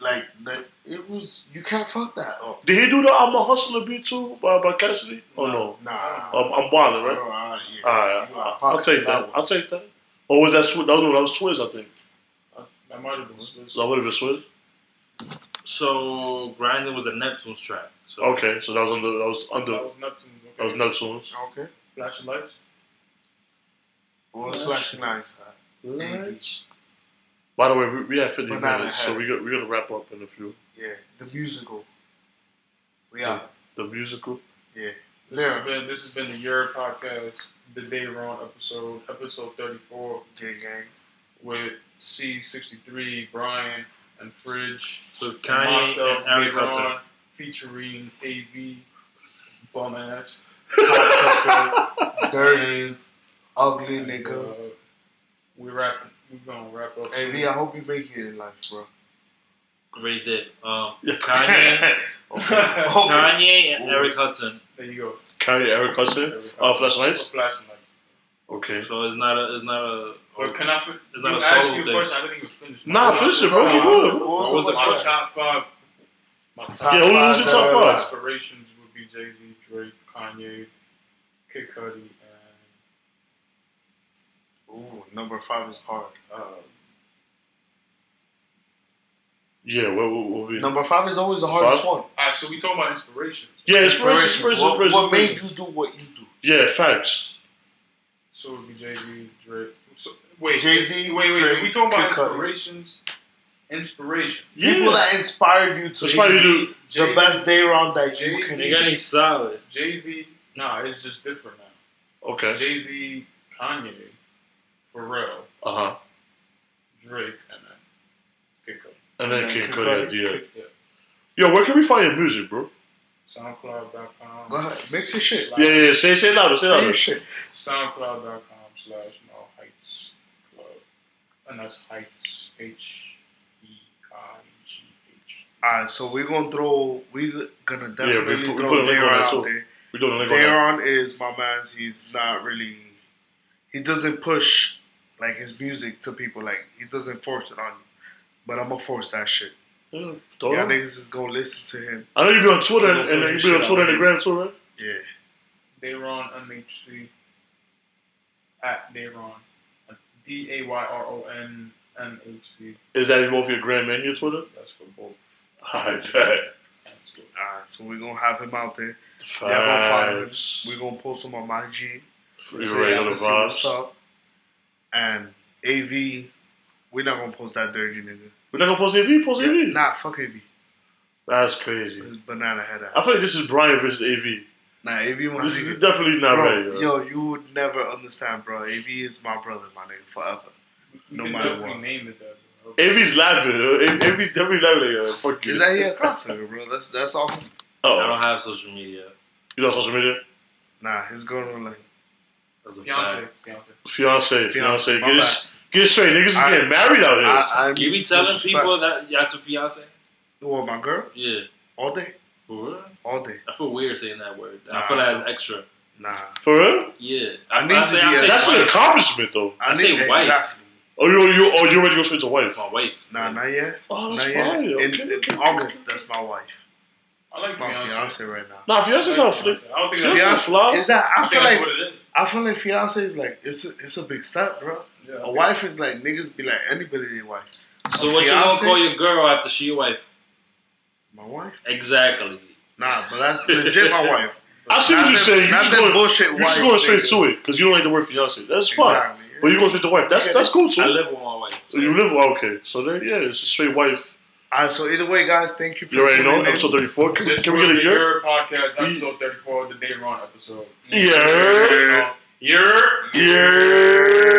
Speaker 1: like that. It was you can't fuck that up.
Speaker 2: Did he do the I'm a Hustler beat too by, by Cassidy? Oh no.
Speaker 1: Nah,
Speaker 2: Um, I'm wildin',
Speaker 1: I
Speaker 2: right?
Speaker 1: don't- I don't- yeah.
Speaker 2: Alright.
Speaker 1: You out of
Speaker 2: I'll
Speaker 1: pocket
Speaker 2: take
Speaker 1: for
Speaker 2: that.
Speaker 1: one.
Speaker 2: I'll take that. Or was that Swizz? No, no, that was Swizz, I think.
Speaker 3: That might have been Swiss.
Speaker 2: So that would have been Swizz?
Speaker 4: So grinding was a Neptune's track. So
Speaker 2: Okay, so that was under that was under
Speaker 3: That was Neptune.
Speaker 2: that was
Speaker 3: Okay.
Speaker 2: Neptune's.
Speaker 1: Okay.
Speaker 3: Flash of lights.
Speaker 1: Well, it's flashing lights.
Speaker 2: Lights. By the way, we, we have 50
Speaker 1: Banana
Speaker 2: minutes, so
Speaker 1: Head.
Speaker 2: we got, we're gonna wrap up in a few.
Speaker 1: Yeah, the musical. We out.
Speaker 2: The musical.
Speaker 3: This
Speaker 1: Yeah.
Speaker 3: has been this has been the Year podcast. The day we're on episode episode thirty four
Speaker 1: Gang, gang.
Speaker 3: with C sixty three Brian and Fridge.
Speaker 4: with Kanye
Speaker 3: myself,
Speaker 4: and Eric
Speaker 3: Big
Speaker 4: Hudson.
Speaker 3: Ron, featuring A V bum ass
Speaker 1: Cocksucker, dirty, ugly
Speaker 3: And,
Speaker 1: nigga.
Speaker 3: uh, we wrapping. We gonna wrap up.
Speaker 1: Hey,
Speaker 3: soon.
Speaker 1: V, I hope you make it in life, bro.
Speaker 4: Great did. Um, Kanye,
Speaker 1: Okay.
Speaker 4: Kanye, and
Speaker 1: Ooh.
Speaker 4: Eric Hudson.
Speaker 3: there you go.
Speaker 2: Kanye Eric Hudson. Uh, Flashlights.
Speaker 3: Flashing lights.
Speaker 2: Okay.
Speaker 4: So it's not a, it's not a.
Speaker 3: Or can I? Fi-
Speaker 4: Oh. It's not
Speaker 3: you
Speaker 4: a
Speaker 3: asked
Speaker 4: solo
Speaker 3: me a
Speaker 4: thing.
Speaker 3: question. I didn't even finish. my-
Speaker 2: Nah, finish it, bro. Keep
Speaker 1: What
Speaker 2: going.
Speaker 1: was
Speaker 4: What
Speaker 1: the
Speaker 4: was
Speaker 3: My
Speaker 1: question?
Speaker 3: top five. My top
Speaker 2: Yeah, who was your top
Speaker 1: uh,
Speaker 2: five?
Speaker 3: Inspirations would be Jay Z, Drake, Kanye, Kid Cudi, and
Speaker 1: Ooh, number five is hard.
Speaker 3: uh,
Speaker 2: Yeah, what what what we?
Speaker 1: Number five is always the hardest
Speaker 2: Five?
Speaker 1: one.
Speaker 3: alright. So we talking about inspirations.
Speaker 2: Yeah, inspiration, inspiration,
Speaker 1: What,
Speaker 2: inspiration.
Speaker 1: what made you do what you do?
Speaker 2: Yeah, facts.
Speaker 3: So it would be Jay Z, Drake. So, wait,
Speaker 1: Jay-Z,
Speaker 3: Wait, wait.
Speaker 1: Drake,
Speaker 3: we talking about
Speaker 1: Kid Cudi.
Speaker 3: inspirations? Inspiration.
Speaker 1: People
Speaker 2: Yeah,
Speaker 1: that inspired you to
Speaker 2: that's why you do.
Speaker 1: the
Speaker 3: Jay-Z,
Speaker 1: best day round that you
Speaker 3: Jay-Z.
Speaker 1: can.
Speaker 4: You got any solid?
Speaker 3: Jay Z. Nah, it's just different now.
Speaker 2: Okay.
Speaker 3: Jay Z, Kanye, Pharrell,
Speaker 2: Uh huh.
Speaker 3: Drake, and then Kid Cudi.
Speaker 2: And then King Cudi at the end.
Speaker 3: Yeah.
Speaker 2: Yo, where can we find your music, bro?
Speaker 3: SoundCloud.com.
Speaker 1: Go ahead, mix your shit.
Speaker 2: Yeah, yeah. yeah. Say, say it louder. Say it
Speaker 1: Say your
Speaker 2: louder.
Speaker 1: shit.
Speaker 3: SoundCloud.com slash No Heights Club. And that's Heights, H E I G H.
Speaker 1: All right, so we're gonna throw. We're gonna definitely
Speaker 2: put- we put a
Speaker 1: throw
Speaker 2: link on
Speaker 1: Dayron
Speaker 2: that
Speaker 1: out
Speaker 2: too.
Speaker 1: there.
Speaker 2: We doing a link on that.
Speaker 1: Daron is my man. He's not really. He doesn't push like his music to people. Like he doesn't force it on you. But I'm gonna force that shit.
Speaker 2: Yeah,
Speaker 1: Y'all
Speaker 2: don't know.
Speaker 1: niggas is gonna listen to him.
Speaker 2: I know you be on Twitter and,
Speaker 1: Don't
Speaker 2: and you
Speaker 1: put
Speaker 2: be on
Speaker 1: shit
Speaker 2: Twitter
Speaker 1: out
Speaker 2: and Instagram too, right?
Speaker 1: Yeah.
Speaker 3: Dayron MHC at Dayron. uh, D A Y R O N M H C.
Speaker 2: Is that both your grand man your Twitter?
Speaker 3: That's for both.
Speaker 2: I bet.
Speaker 3: That's good.
Speaker 1: All right, so we're gonna have him out there. Y'all gonna find him.
Speaker 2: Facts.
Speaker 1: We're gonna post him on my G.
Speaker 2: For your regular
Speaker 1: see what's
Speaker 2: vibes.
Speaker 1: up. And AV, we're not gonna post that dirty nigga.
Speaker 2: We're not gonna post AV. Post AV.
Speaker 1: Nah, fuck AV.
Speaker 2: That's crazy.
Speaker 1: His banana head
Speaker 2: I
Speaker 1: out.
Speaker 2: feel like this is Brian versus AV.
Speaker 1: Nah, AV my
Speaker 2: This
Speaker 1: nigga.
Speaker 2: is definitely not
Speaker 1: Bro,
Speaker 2: right. yo.
Speaker 1: yo, you would never understand, bro. AV is my brother, my nigga, forever.
Speaker 3: You
Speaker 1: No
Speaker 3: can
Speaker 1: matter
Speaker 3: definitely
Speaker 1: what.
Speaker 3: name it that. bro.
Speaker 2: AV's laughing. yo. A- AV's definitely laughing. Like, yo, fuck you.
Speaker 1: Is that he a cocksucker, bro? That's that's all.
Speaker 4: I
Speaker 2: oh,
Speaker 4: don't have social media.
Speaker 2: you know social media?
Speaker 1: Nah, his girl was like,
Speaker 4: That's a
Speaker 3: Beyonce.
Speaker 4: fact.
Speaker 3: Beyonce.
Speaker 2: Fiance,
Speaker 1: Fiance,
Speaker 2: fiance.
Speaker 1: my
Speaker 2: Get it,
Speaker 1: bad.
Speaker 2: s- get it straight. Niggas is
Speaker 1: I-
Speaker 2: getting married out here.
Speaker 1: I, I
Speaker 4: You be telling people that that's a fiance?
Speaker 1: well, my girl,
Speaker 4: Yeah,
Speaker 1: all day,
Speaker 4: for real.
Speaker 1: all day.
Speaker 4: I feel weird saying that word. I
Speaker 1: Nah.
Speaker 4: feel like it's extra.
Speaker 1: Nah,
Speaker 2: For real?
Speaker 4: Yeah,
Speaker 1: I need to be a-
Speaker 4: say
Speaker 2: That's an
Speaker 4: wife.
Speaker 2: accomplishment, though.
Speaker 1: I,
Speaker 4: I say wife.
Speaker 1: exactly.
Speaker 2: Oh, you, you, oh, you already go straight to wife.
Speaker 4: my wife.
Speaker 1: Nah, not yet.
Speaker 2: Oh, that's
Speaker 1: Not yet.
Speaker 2: fine.
Speaker 1: In,
Speaker 2: Okay,
Speaker 1: in
Speaker 2: okay.
Speaker 1: August, that's my wife,
Speaker 3: I like
Speaker 1: my
Speaker 3: Beyonce.
Speaker 1: fiance right now.
Speaker 2: Nah, fiance's not
Speaker 3: I like
Speaker 2: flick.
Speaker 3: Beyonce. I don't think
Speaker 2: Fiance
Speaker 1: Fiance-
Speaker 3: that's,
Speaker 2: fly.
Speaker 1: Is that? I
Speaker 3: I think
Speaker 1: feel
Speaker 3: that's
Speaker 1: like
Speaker 3: what it is.
Speaker 1: I feel like fiance is like it's a, it's a big step, bro.
Speaker 3: Yeah, I
Speaker 1: A
Speaker 3: think-
Speaker 1: wife is like niggas be like anybody they wife.
Speaker 4: So
Speaker 1: A
Speaker 4: what you gonna
Speaker 1: fiance?
Speaker 4: call your girl after she your wife?
Speaker 1: My wife?
Speaker 4: Exactly.
Speaker 1: Nah, but that's legit my wife.
Speaker 2: I see what
Speaker 1: Not
Speaker 2: you're
Speaker 1: that-
Speaker 2: saying. You're
Speaker 1: Not
Speaker 2: just
Speaker 1: that
Speaker 2: going,
Speaker 1: bullshit
Speaker 2: you're
Speaker 1: wife.
Speaker 2: just going straight
Speaker 1: nigga.
Speaker 2: to it because you don't like the word fiance. That's fine.
Speaker 1: Exactly, yeah.
Speaker 2: But you're going straight to wife. That's
Speaker 1: Yeah.
Speaker 2: that's cool too.
Speaker 4: I live with my wife.
Speaker 2: So you live okay. So then, yeah, it's a straight wife.
Speaker 1: Alright, so either way, guys, thank you for
Speaker 2: You already
Speaker 1: tuning
Speaker 2: know.
Speaker 1: in.
Speaker 2: Episode thirty four. Can,
Speaker 3: This
Speaker 2: can we
Speaker 3: was
Speaker 2: get a
Speaker 3: the
Speaker 2: year?
Speaker 3: Year podcast,
Speaker 2: Ye-
Speaker 3: episode 34, the day run episode.
Speaker 2: Year.
Speaker 3: Year.
Speaker 2: Year.